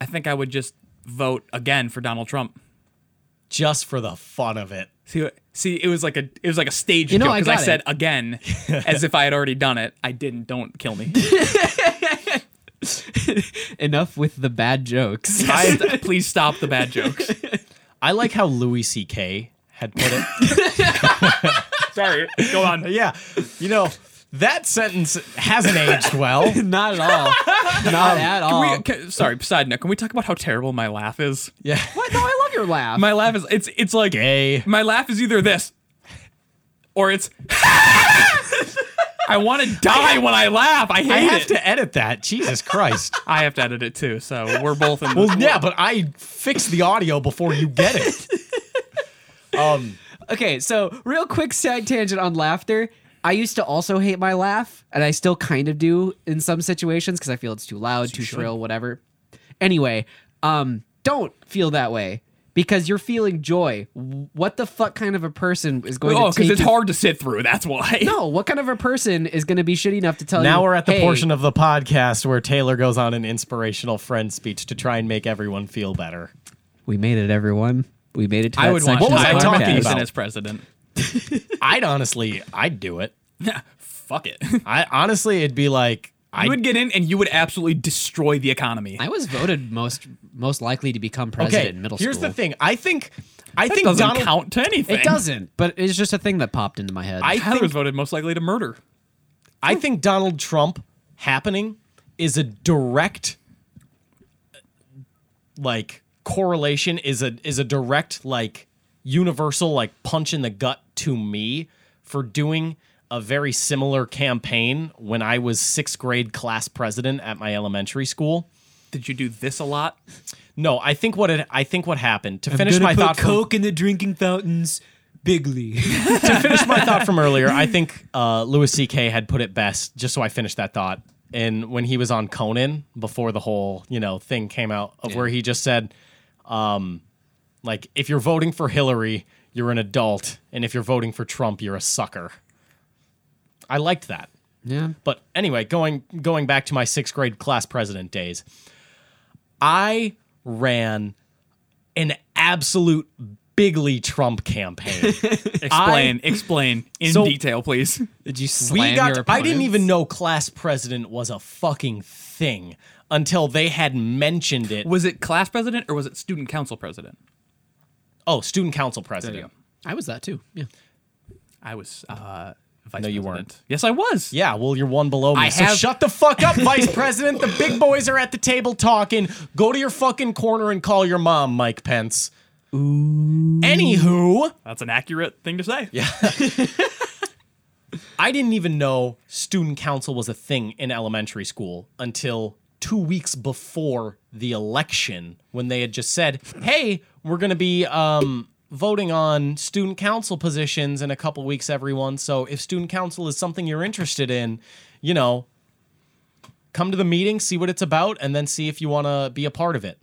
S2: I think I would just vote again for Donald Trump.
S4: just for the fun of it.
S2: See, what- see, it was like a it was like a stage
S1: You know,
S2: joke
S1: I
S2: I,
S1: got it.
S2: said again, as if I had already done it. I didn't. Don't kill me.
S1: Enough with the bad jokes.
S2: I, please stop the bad jokes.
S4: I like how Louis C.K. had put it.
S2: Sorry, go on.
S4: yeah. You know, that sentence hasn't aged well.
S1: not at all. Not at all.
S2: We, can, sorry, side note. Can we talk about how terrible my laugh is?
S4: Yeah.
S1: what? No, I love your laugh.
S2: My laugh is it's it's like
S4: Gay.
S2: My laugh is either this or it's I want to die when I laugh. I hate
S4: I have
S2: it.
S4: to edit that. Jesus Christ.
S2: I have to edit it too, so we're both in.
S4: well, yeah, but I fix the audio before you get it. Um,
S1: Okay, so real quick side tangent on laughter. I used to also hate my laugh, and I still kind of do in some situations because I feel it's too loud, too shrill, whatever. Anyway, um, don't feel that way because you're feeling joy. What the fuck kind of a person is going to
S2: oh,
S1: take?
S2: because it's
S1: you-
S2: hard to sit through. That's why.
S1: No, what kind of a person is going to be shitty enough to tell you?
S4: now we're at the
S1: "Hey,
S4: portion of the podcast where Taylor goes on an inspirational friend speech to try and make everyone feel better.
S1: we made it, everyone. We made it to
S2: I
S1: that
S2: would want
S1: section of
S4: was
S1: the
S4: I
S2: Tyrone
S4: talking
S1: podcast."
S2: Matheson
S4: about?
S2: as president.
S4: I'd honestly, I'd do it.
S2: Fuck it.
S4: I honestly, it'd be like,
S2: You
S4: I
S2: would get in and you would absolutely destroy the economy.
S1: I was voted most most likely to become president in middle
S4: here's
S1: school.
S4: the thing. I think, I
S2: that
S4: think
S2: doesn't
S4: Donald,
S2: count to anything.
S1: It doesn't, but it's just a thing that popped into my head.
S4: I
S2: Tyler
S4: think
S2: was voted most likely to murder.
S4: I think Donald Trump happening is a direct like correlation is a is a direct like universal like punch in the gut to me for doing a very similar campaign when I was 6th grade class president at my elementary school.
S2: Did you do this a lot?
S4: No, I think what it I think what happened to finish my thought from-
S1: in the drinking fountains bigly.
S4: to finish my thought from earlier, I think uh, Louis C.K. had put it best, just so I finished that thought. And when he was on Conan before the whole you know thing came out, of where he just said, um, like, if you're voting for Hillary, you're an adult, and if you're voting for Trump, you're a sucker. I liked that.
S1: yeah.
S4: But anyway, going going back to my sixth grade class president days, I ran an absolute bigly Trump campaign.
S2: Explain, explain in
S1: So-
S2: detail, please.
S1: Did you slam
S4: we got
S1: your
S4: I didn't
S1: opponents?
S4: even know class president was a fucking thing until they had mentioned it.
S2: Was it class president or was it student council president?
S4: Oh, student council
S2: There you
S4: president.
S2: go.
S1: I was that too. Yeah.
S2: I was uh, vice.
S4: No, you
S2: president.
S4: weren't.
S2: Yes, I was.
S4: Yeah, well, you're one below me.
S2: I
S4: so
S2: have-
S4: shut the fuck up, Vice President. The big boys are at the table talking. Go to your fucking corner and call your mom, Mike Pence. Ooh. Anywho,
S2: That's an accurate thing to say. Yeah.
S4: I didn't even know student council was a thing in elementary school until two weeks before the election when they had just said, hey, we're going to be um, voting on student council positions in a couple weeks, everyone. So if student council is something you're interested in, you know, come to the meeting, see what it's about, and then see if you want to be a part of it.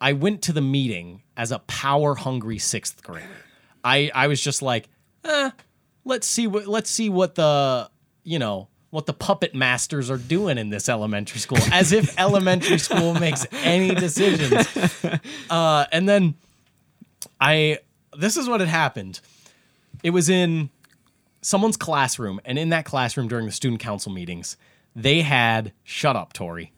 S4: I went to the meeting as a power hungry sixth grader. I, I was just like, let's see what let's see what the you know what the puppet masters are doing in this elementary school as if elementary school makes any decisions uh, and then i this is what had happened it was in someone's classroom and in that classroom during the student council meetings they had shut up tori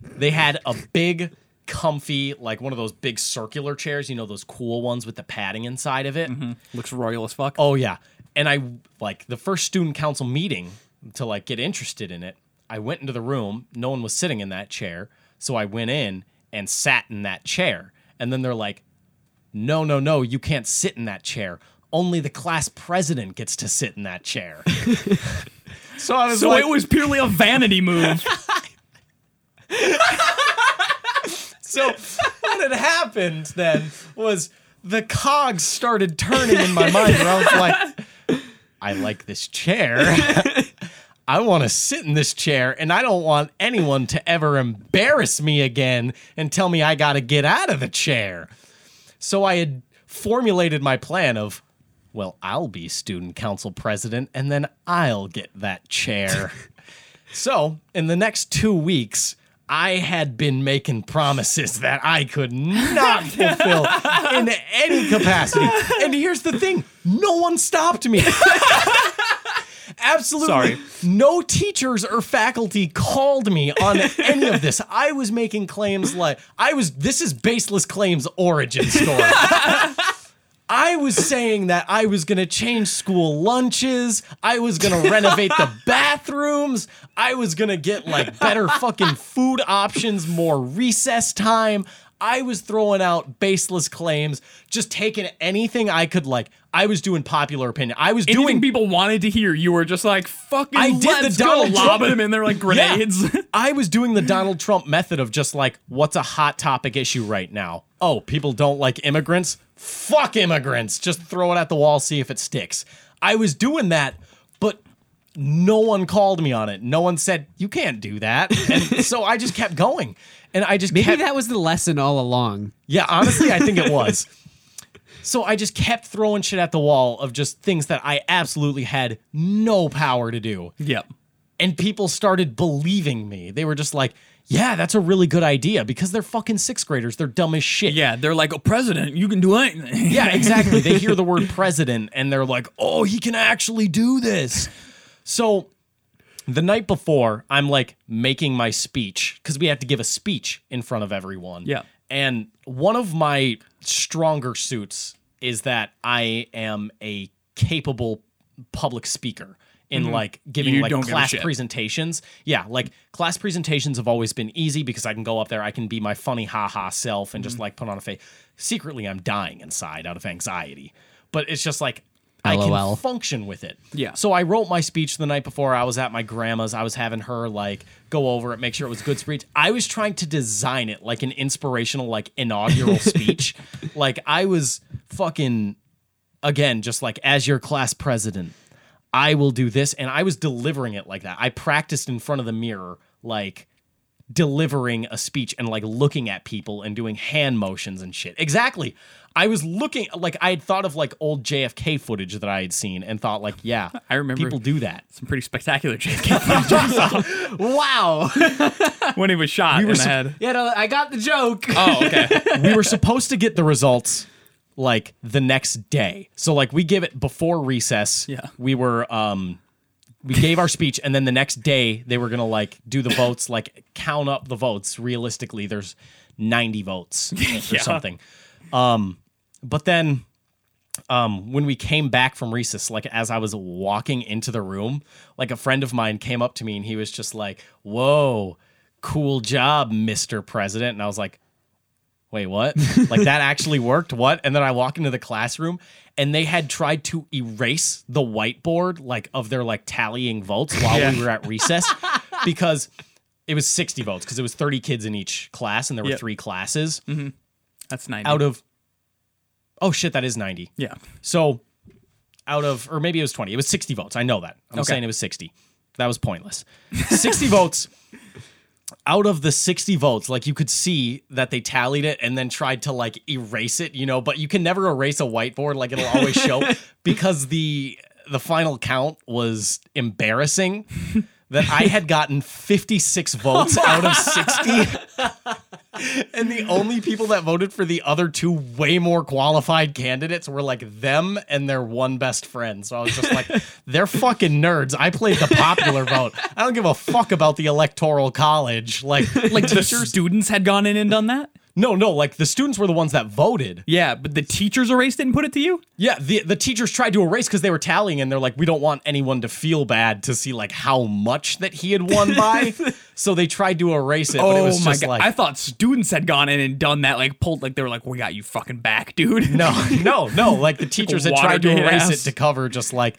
S4: they had a big comfy like one of those big circular chairs you know those cool ones with the padding inside of it
S2: Looks royal as fuck.
S4: Oh yeah. And I like the first student council meeting to like get interested in it. I went into the room. No one was sitting in that chair, so I went in and sat in that chair. And then they're like, "No, no, no, you can't sit in that chair. Only the class president gets to sit in that chair." so I was
S2: so
S4: like,
S2: it was purely a vanity move.
S4: So what had happened then was the cogs started turning in my mind where I was like, I like this chair. I want to sit in this chair and I don't want anyone to ever embarrass me again and tell me I got to get out of the chair. So I had formulated my plan of, well, I'll be student council president and then I'll get that chair. So, in the next two weeks, I had been making promises that I could not fulfill in any capacity. And here's the thing no one stopped me. Absolutely.
S2: Sorry.
S4: No teachers or faculty called me on any of this. I was making claims like, I was, this is baseless claims origin story. I was saying that I was going to change school lunches. I was going to renovate the bathrooms. I was going to get like better fucking food options, more recess time. I was throwing out baseless claims, just taking anything I could like. I was doing popular opinion. I was
S2: Anything
S4: doing
S2: people wanted to hear, you were just like, fucking
S4: I did the
S2: let's go,
S4: Donald
S2: lob
S4: Trump-
S2: them in there like
S4: Yeah.
S2: grenades.
S4: I was doing the Donald Trump method of just like, what's a hot topic issue right now? Oh, people don't like immigrants? Fuck immigrants. Just throw it at the wall, see if it sticks. I was doing that, but no one called me on it. No one said, you can't do that. And so I just kept going. And I just
S1: Maybe
S4: kept
S1: that was the lesson all along.
S4: yeah, honestly, I think it was. So I just kept throwing shit at the wall of just things that I absolutely had no power to do
S2: yep.
S4: and people started believing me. They were just like, "Yeah, that's a really good idea," because they're fucking sixth graders. They're dumb as shit.
S2: Yeah, they're like, oh, president, you can do anything.
S4: yeah, exactly. they hear the word president and they're like, "Oh, he can actually do this." So the night before, I'm like making my speech because we have to give a speech in front of everyone.
S2: Yeah.
S4: And one of my stronger suits is that I am a capable public speaker in like giving
S2: Mm-hmm. You
S4: like
S2: don't give a
S4: class
S2: shit.
S4: presentations. Yeah, like class presentations have always been easy because I can go up there, I can be my funny ha ha self and just like put on a face. Secretly, I'm dying inside out of anxiety, but it's just like I
S1: LOL.
S4: can function with it.
S2: Yeah.
S4: So I wrote my speech the night before. I was at my grandma's. I was having her like go over it, make sure it was a good speech. I was trying to design it like an inspirational, like inaugural speech. Like I was fucking again, just like as your class president, I will do this. And I was delivering it like that. I practiced in front of the mirror, like delivering a speech and like looking at people and doing hand motions and shit. Exactly. I was looking like I had thought of like old JFK footage that I had seen and thought like, yeah,
S2: I remember-
S4: people do that.
S2: Some pretty spectacular JFK
S1: Wow.
S2: when he was shot in the head.
S1: yeah, no, I got the joke.
S2: Oh, okay.
S4: we were supposed to get the results like the next day. So like we give it before recess.
S2: Yeah.
S4: We were um we gave our speech and then the next day they were going to like do the votes, like count up the votes. Realistically, there's 90 votes or something. Um but then um, when we came back from recess, like as I was walking into the room, like a friend of mine came up to me and he was just like, "Whoa, cool job, Mr. President," and I was like, "Wait, what? like that actually worked? What?" And then I walk into the classroom and they had tried to erase the whiteboard like of their like tallying votes while we were at recess because it was 60 votes because it was 30 kids in each class and there were
S2: Yep.
S4: three classes
S2: That's 90.
S4: out of oh shit that is 90
S2: yeah.
S4: so out of, or maybe it was 20. It was 60 votes. I know that. I'm
S2: Okay.
S4: saying it was 60. That was pointless. 60 votes. Out of the 60 votes, like you could see that they tallied it and then tried to like erase it, you know, but you can never erase a whiteboard. Like it'll always show because the the final count was embarrassing that I had gotten 56 votes out of 60. And the only people that voted for the other two way more qualified candidates were like them and their one best friend. So I was just like, they're fucking nerds. I played the popular vote. I don't give a fuck about the electoral college. Like, like
S2: Like the
S4: teachers.
S2: students had gone in and done that?
S4: No, no. Like the students were the ones that voted.
S2: Yeah, but the teachers erased it and put it to you?
S4: Yeah, the the teachers tried to erase because they were tallying, and they're like, we don't want anyone to feel bad to see like how much that he had won by. so they tried to erase it, but it was just like
S2: Oh I thought students had gone in and done that, like pulled like they were like, We got you fucking back, dude.
S4: No, no, no. Like the teachers had
S2: Water
S4: tried to
S2: to your
S4: erase
S2: ass.
S4: it to cover just like,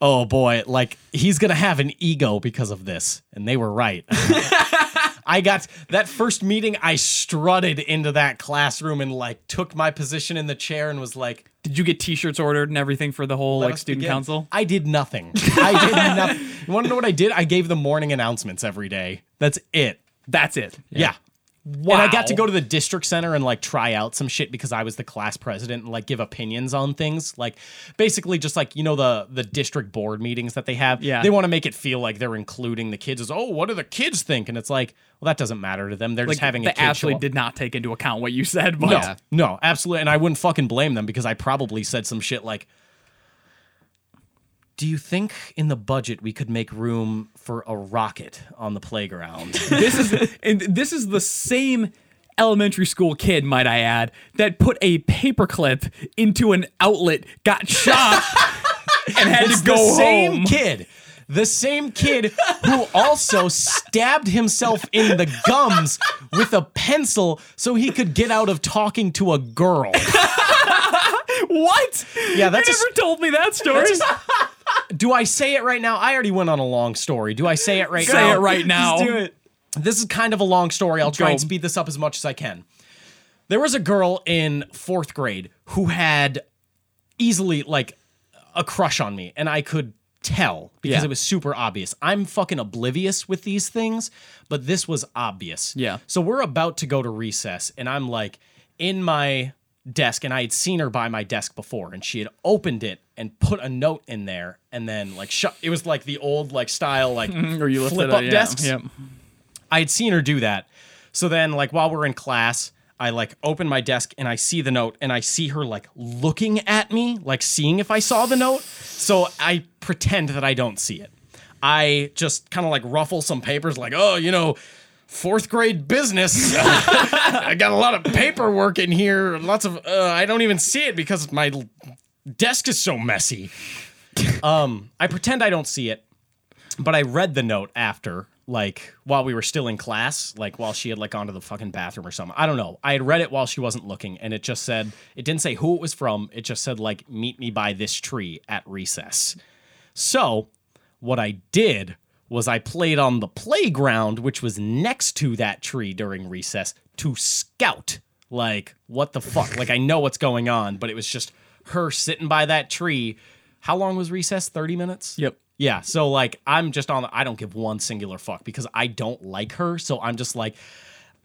S4: oh boy, like he's gonna have an ego because of this. And they were right. I got that first meeting, I strutted into that classroom and like took my position in the chair and was like,
S2: Did you get t shirts ordered and everything for the whole
S4: "Let
S2: like
S4: us
S2: student
S4: begin."
S2: council?
S4: I did nothing. I did nothing. You wanna know what I did? I gave the morning announcements every day. That's it.
S2: That's it.
S4: Yeah. And I got to go to the district center and like try out some shit because I was the class president and like give opinions on things. Like basically just like, you know, the the district board meetings that they have.
S2: Yeah.
S4: They want to make it feel like they're including the kids as, oh, what do the kids think? And it's like, well, that doesn't matter to them. They're
S2: like
S4: just having
S2: they
S4: a kid show
S2: absolutely
S4: up.
S2: did not take into account what you said, but
S4: No, no, absolutely. And I wouldn't fucking blame them because I probably said some shit like, do you think in the budget we could make room for a rocket on the playground?
S2: this is and this is the same elementary school kid, might I add, that put a paperclip into an outlet, got shot, and had
S4: It's
S2: to go
S4: the same
S2: home.
S4: kid. The same kid who also stabbed himself in the gums with a pencil so he could get out of talking to a girl.
S2: What?
S4: Yeah, that's
S2: you
S4: a s-
S2: never told me that story.
S4: Do I say it right now? I already went on a long story. Do I say it right
S2: Say
S4: now?
S2: it right now.
S1: Just do it.
S4: This is kind of a long story. I'll try
S2: Go.
S4: and speed this up as much as I can. There was a girl in fourth grade who had easily like a crush on me, and I could tell because
S2: Yeah.
S4: it was super obvious. I'm fucking oblivious with these things, but this was obvious.
S2: Yeah.
S4: So we're about to go to recess, and I'm like in my desk, and I had seen her by my desk before, and she had opened it and put a note in there, and then like shut. It was like the old like style like
S2: Or you lifted
S4: flip
S2: it,
S4: up
S2: yeah,
S4: desks.
S2: Yep.
S4: I had seen her do that. So then, like while we're in class, I like open my desk and I see the note and I see her like looking at me, like seeing if I saw the note. So I pretend that I don't see it. I just kind of like ruffle some papers, like, oh, you know, fourth grade business. I got a lot of paperwork in here. Lots of, uh, I don't even see it because my l- desk is so messy. um, I pretend I don't see it but I read the note after, like while we were still in class, like while she had like gone to the fucking bathroom or something. I don't know. I had read it while she wasn't looking, and it just said it didn't say who it was from. It just said like meet me by this tree at recess. So what I did was I played on the playground, which was next to that tree during recess, to scout. Like, what the fuck? like, I know what's going on, but it was just her sitting by that tree. How long was recess? 30 minutes?
S2: Yep.
S4: Yeah. So like I'm just on I don't give one singular fuck because I don't like her. So I'm just like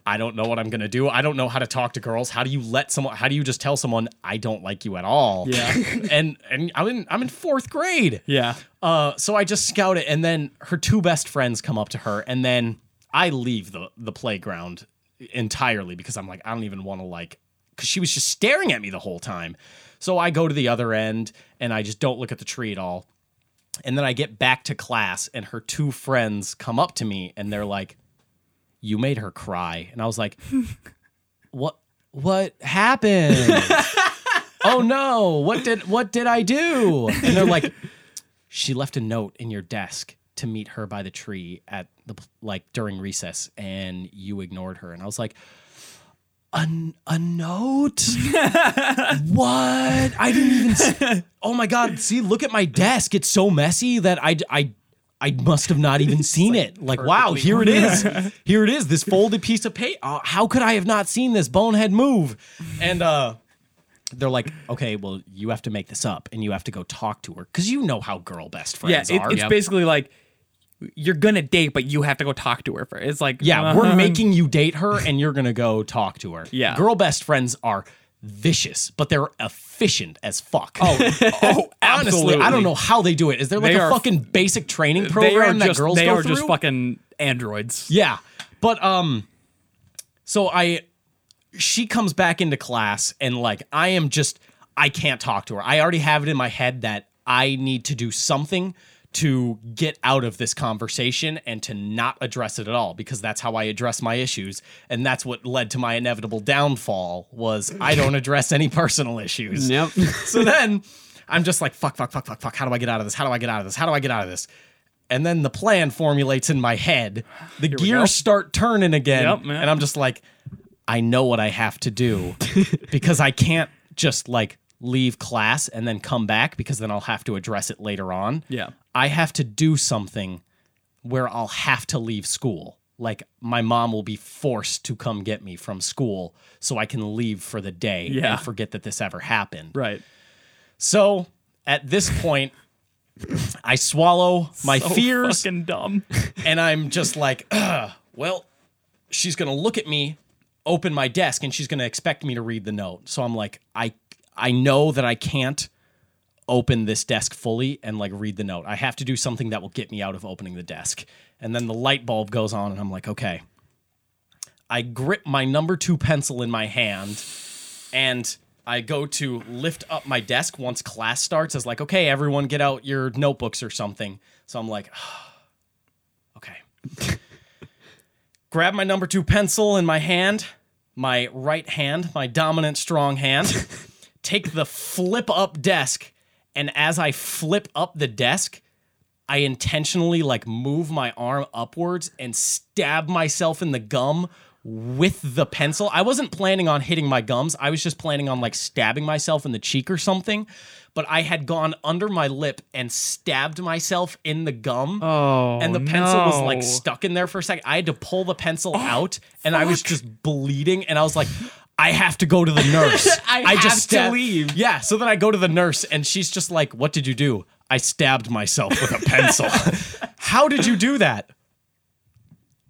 S4: I don't know what I'm gonna do. I don't know how to talk to girls. How do you let someone how do you just tell someone I don't like you at all?
S2: Yeah.
S4: and and I'm in I'm in fourth grade.
S2: Yeah.
S4: Uh, so I just scout it, and then her two best friends come up to her, and then I leave the the playground entirely because I'm like, I don't even want to like because she was just staring at me the whole time. So I go to the other end and I just don't look at the tree at all. And then I get back to class and her two friends come up to me and they're like, You made her cry. And I was like, What what happened? oh no, what did what did I do? And they're like, She left a note in your desk to meet her by the tree at the like during recess and you ignored her. And I was like, a, a note? what? I didn't even. s- Oh my god! See, look at my desk. It's so messy that I I I must have not even seen it. Like, wow, here it is. Here it is. This folded piece of paper. how could I have not seen this bonehead move? And uh. They're like, okay, well, you have to make this up, and you have to go talk to her because you know how girl best
S2: Yeah,
S4: friends
S2: it,
S4: are.
S2: it's
S1: Yep.
S2: basically like you're gonna date, but you have to go talk to her first. It's like
S4: Yeah,
S2: uh,
S4: we're making you date her and you're going to go talk to her.
S2: Yeah.
S4: Girl best friends are vicious, but they're efficient as fuck. Oh,
S2: oh, absolutely.
S4: honestly, I don't know how they do it. Is there like
S2: They
S4: a
S2: are-
S4: fucking basic training
S2: They are
S4: program that
S2: just
S4: girls
S2: they
S4: go
S2: are
S4: through?
S2: just fucking androids.
S4: Yeah. But um so I she comes back into class and like I am just I can't talk to her. I already have it in my head that I need to do something to get out of this conversation and to not address it at all because that's how I address my issues and that's what led to my inevitable downfall was I don't address any personal issues
S1: Yep.
S4: so then I'm just like, fuck, fuck, fuck, fuck, fuck. How do I get out of this? How do I get out of this? How do I get out of this? And then the plan formulates in my head. The
S2: we go.
S4: gears start turning again.
S2: Yep, yeah.
S4: and I'm just like, I know what I have to do because I can't just like leave class and then come back because then I'll have to address it later on.
S2: Yeah.
S4: I have to do something where I'll have to leave school. Like my mom will be forced to come get me from school so I can leave for the day
S2: Yeah.
S4: and forget that this ever happened.
S2: Right.
S4: So at this point, I swallow my
S2: So
S4: fears
S2: fucking dumb.
S4: and I'm just like, Ugh, well, she's gonna look at me, open my desk, and she's gonna expect me to read the note. So I'm like, I I know that I can't open this desk fully and like read the note. I have to do something that will get me out of opening the desk. And then the light bulb goes on, and I'm like, okay. I grip my number two pencil in my hand and I go to lift up my desk once class starts. As like, okay, everyone get out your notebooks or something. So I'm like, Okay. Grab my number two pencil in my hand, my right hand, my dominant strong hand. take the flip up desk, and as I flip up the desk, I intentionally like move my arm upwards and stab myself in the gum with the pencil. I wasn't planning on hitting my gums. I was just planning on like stabbing myself in the cheek or something, but I had gone under my lip and stabbed myself in the gum
S2: Oh,
S4: and the pencil was
S2: no.
S4: like stuck in there for a second. I had to pull the pencil
S1: Oh,
S4: out, and I was just bleeding, and I was like. I have to go to the nurse.
S1: I have to
S4: stab-
S1: leave.
S4: Yeah, so then I go to the nurse, and she's just like, "What did you do?" I stabbed myself with a pencil. How did you do that?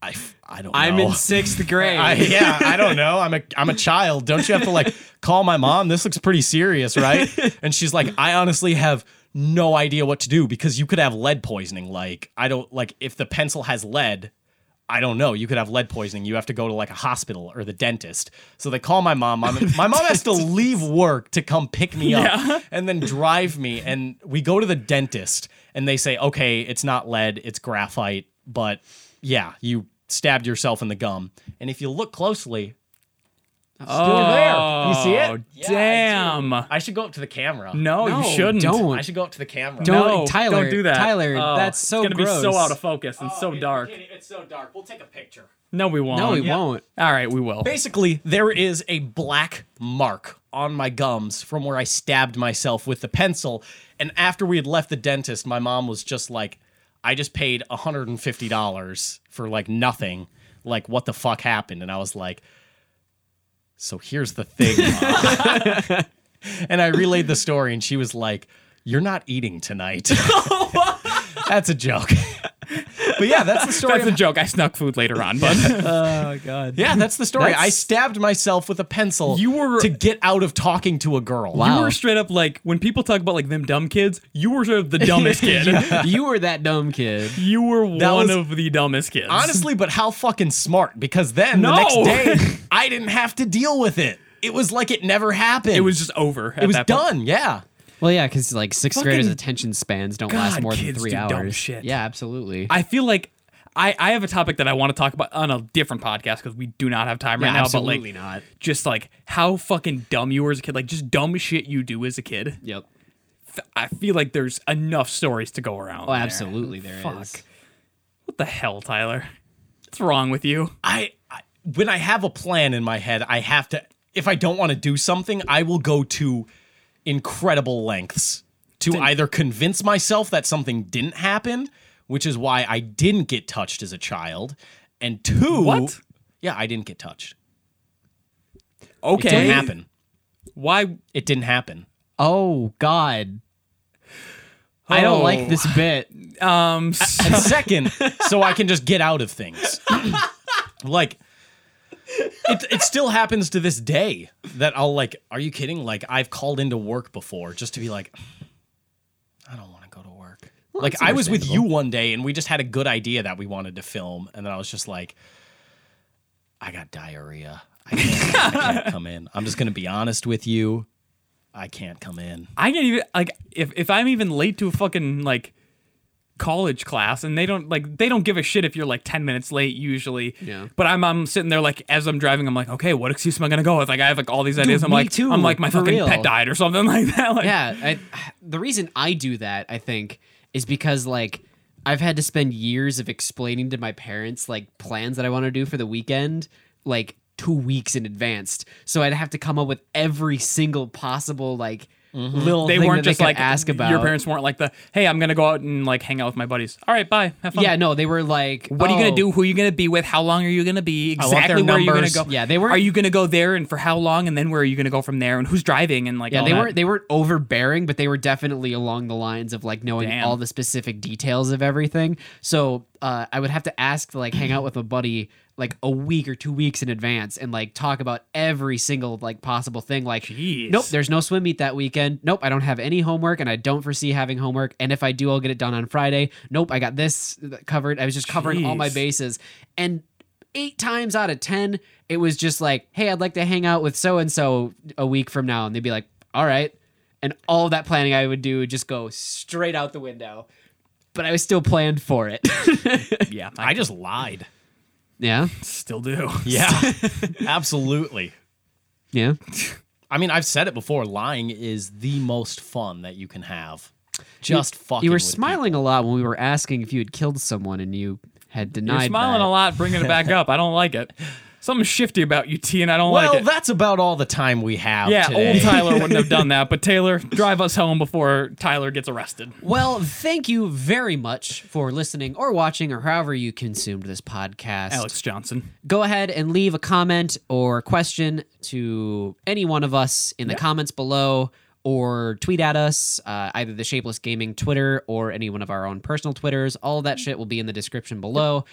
S4: I, f- I don't.
S1: I'm
S4: know.
S1: in sixth grade.
S4: I, yeah, I don't know. I'm a I'm a child. Don't you have to like call my mom? This looks pretty serious, right? And she's like, I honestly have no idea what to do because you could have lead poisoning. Like I don't like if the pencil has lead. I don't know. You could have lead poisoning. You have to go to like a hospital or the dentist. So they call my mom. I'm, my mom has to leave work to come pick me up and then drive me. And we go to the dentist and they say, okay, it's not lead, it's graphite, but yeah, you stabbed yourself in the gum. And if you look closely,
S2: oh,
S4: still there. You see it?
S2: see it? Damn.
S4: I should go up to the camera.
S2: no,
S1: No,
S2: you shouldn't.
S1: Don't.
S4: I should go up to the camera.
S1: Don't,
S2: No,
S1: Tyler.
S2: don't do that.
S1: Tyler,
S2: Oh,
S1: that's so
S2: it's gonna
S1: gross.
S2: be so out of focus and so dark.
S4: e-, It's so dark. We'll take a picture.
S2: No, we won't.
S1: No, we
S2: Yeah.
S1: won't.
S2: All right, we will.
S4: Basically, there is a black mark on my gums from where I stabbed myself with the pencil. And after we had left the dentist, my mom was just like, I just paid $150 for like nothing. Like, what the fuck happened? And I was like, so here's the thing. Mom." and I relayed the story, and she was like, You're not eating tonight. that's a joke. but yeah, that's the story.
S2: That's
S4: of
S2: a joke. I snuck food later on, but
S1: Oh god.
S4: yeah, that's the story. I
S2: That's-
S4: stabbed myself with a pencil
S2: You were-
S4: to get out of talking to a girl.
S1: Wow.
S2: you were straight up like when people talk about like them dumb kids, you were sort of the dumbest kid.
S1: you were that dumb kid.
S2: You were
S4: That
S2: one
S4: was-
S2: of the dumbest kids.
S4: Honestly, but how fucking smart because then
S2: No.
S4: the next day I didn't have to deal with it. it was like it never happened.
S2: It was just over.
S4: it was done. Yeah.
S1: Well, yeah, because like sixth graders'
S2: Fucking-
S1: attention spans don't
S2: God,
S1: last more than
S2: kids
S1: three
S2: do
S1: hours.
S2: dumb shit.
S1: Yeah, absolutely.
S2: I feel like I, I have a topic that I want to talk about on a different podcast because we do not have time right
S1: Yeah,
S2: now.
S1: absolutely
S2: but like,
S1: not.
S2: Just like how fucking dumb you were as a kid. Like just dumb shit you do as a kid.
S1: Yep.
S2: Th- I feel like there's enough stories to go around.
S1: Oh, absolutely. There is.
S2: Fuck. What the hell, Tyler? What's wrong with you?
S4: I, I when I have a plan in my head, I have to. If I don't want to do something, I will go to incredible lengths to either convince myself that something didn't happen, which is why I didn't get touched as a child, and two,
S2: What?
S4: Yeah, I didn't get touched. It
S2: Okay.
S4: didn't happen.
S2: Why?
S4: It didn't happen.
S1: Oh God. I don't like
S2: Oh.
S1: this bit.
S2: Um.
S4: And second, so I can just get out of things. like it, it still happens to this day that I'll like, are you kidding? Like I've called into work before just to be like, I don't want to go to work. like
S1: that's
S4: I was with you one day and we just had a good idea that we wanted to film, and then I was just like, I got diarrhea. I can't, I can't come in. I'm just gonna be honest with you. I can't come in.
S2: I can't even like if if I'm even late to a fucking like college class and they don't like they don't give a shit if you're like 10 minutes late usually
S1: Yeah.
S2: but i'm i'm sitting there like as i'm driving i'm like okay what excuse am i gonna go with like i have like all these ideas i'm
S1: me
S2: like
S1: too,
S2: i'm like my
S1: for
S2: fucking
S1: real.
S2: pet died or something like that like
S1: Yeah. I, the reason I do that, I think, is because like I've had to spend years of explaining to my parents like plans that I want to do for the weekend, like two weeks in advance. So I'd have to come up with every single possible like little
S2: Mm-hmm. they
S1: thing
S2: weren't
S1: that
S2: just
S1: they could
S2: like
S1: ask about.
S2: your parents weren't like the hey i'm gonna go out and like hang out with my buddies all right bye have fun
S1: Yeah, no, they were like,
S2: what are you
S1: "Oh,
S2: gonna do? Who are you gonna be with? How long are you gonna be?
S4: I want their
S2: Exactly where are you gonna
S4: numbers.
S2: go?
S1: Yeah, they weren't-
S2: Are you gonna go there and for how long? And then where are you gonna go from there? And who's driving? And like,
S1: Yeah,
S2: all
S1: they
S2: that.
S1: weren't they weren't overbearing, but they were definitely along the lines of like knowing
S2: Damn.
S1: all the specific details of everything. So uh, I would have to ask to like hang out with a buddy like a week or two weeks in advance and like talk about every single like possible thing. Like,
S2: Jeez.
S1: nope, there's no swim meet that weekend. Nope, I don't have any homework, and I don't foresee having homework. And if I do, I'll get it done on Friday. Nope, I got this uh, covered. I was just covering all my
S2: Jeez.
S1: bases and eight times out of ten it was just like hey i'd like to hang out with so and so a week from now and they'd be like all right and all that planning i would do would just go straight out the window but i was still planned for it
S2: Yeah, I
S4: I just lied.
S1: yeah
S2: still do.
S4: Yeah. Absolutely.
S1: yeah
S4: I mean, I've said it before. Lying is the most fun that you can have. Just fucking.
S1: you were
S4: with
S1: smiling a lot when we were asking if you had killed someone and you had denied
S2: You're smiling
S1: that.
S2: a lot, bringing it back up. I don't like it. Something shifty about you, T, and I don't
S4: people. Well,
S2: like it.
S4: that's about all the time we have.
S2: yeah,
S4: today.
S2: old Tyler wouldn't have done that, but Taylor, drive us home before Tyler gets arrested.
S1: well thank you very much for listening or watching or however you consumed this podcast
S2: Alex Johnson.
S1: go ahead and leave a comment or question to any one of us in the comments below or tweet at us uh, either the shapeless gaming twitter or any one of our own personal twitters all that shit will be in the description below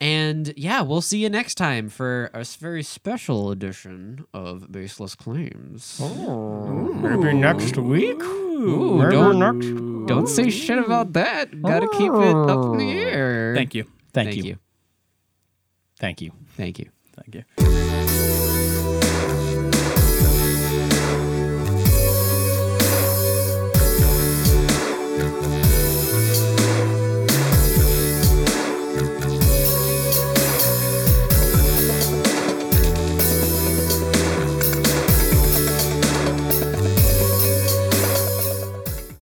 S1: and yeah we'll see you next time for a s- very special edition of baseless claims
S4: Maybe next week.
S1: Ooh, don't, don't say shit about that gotta keep it up in the air
S2: Oh. Thank you.
S4: Thank,
S1: thank
S4: you.
S1: you
S4: Thank you.
S1: thank you
S2: Thank you.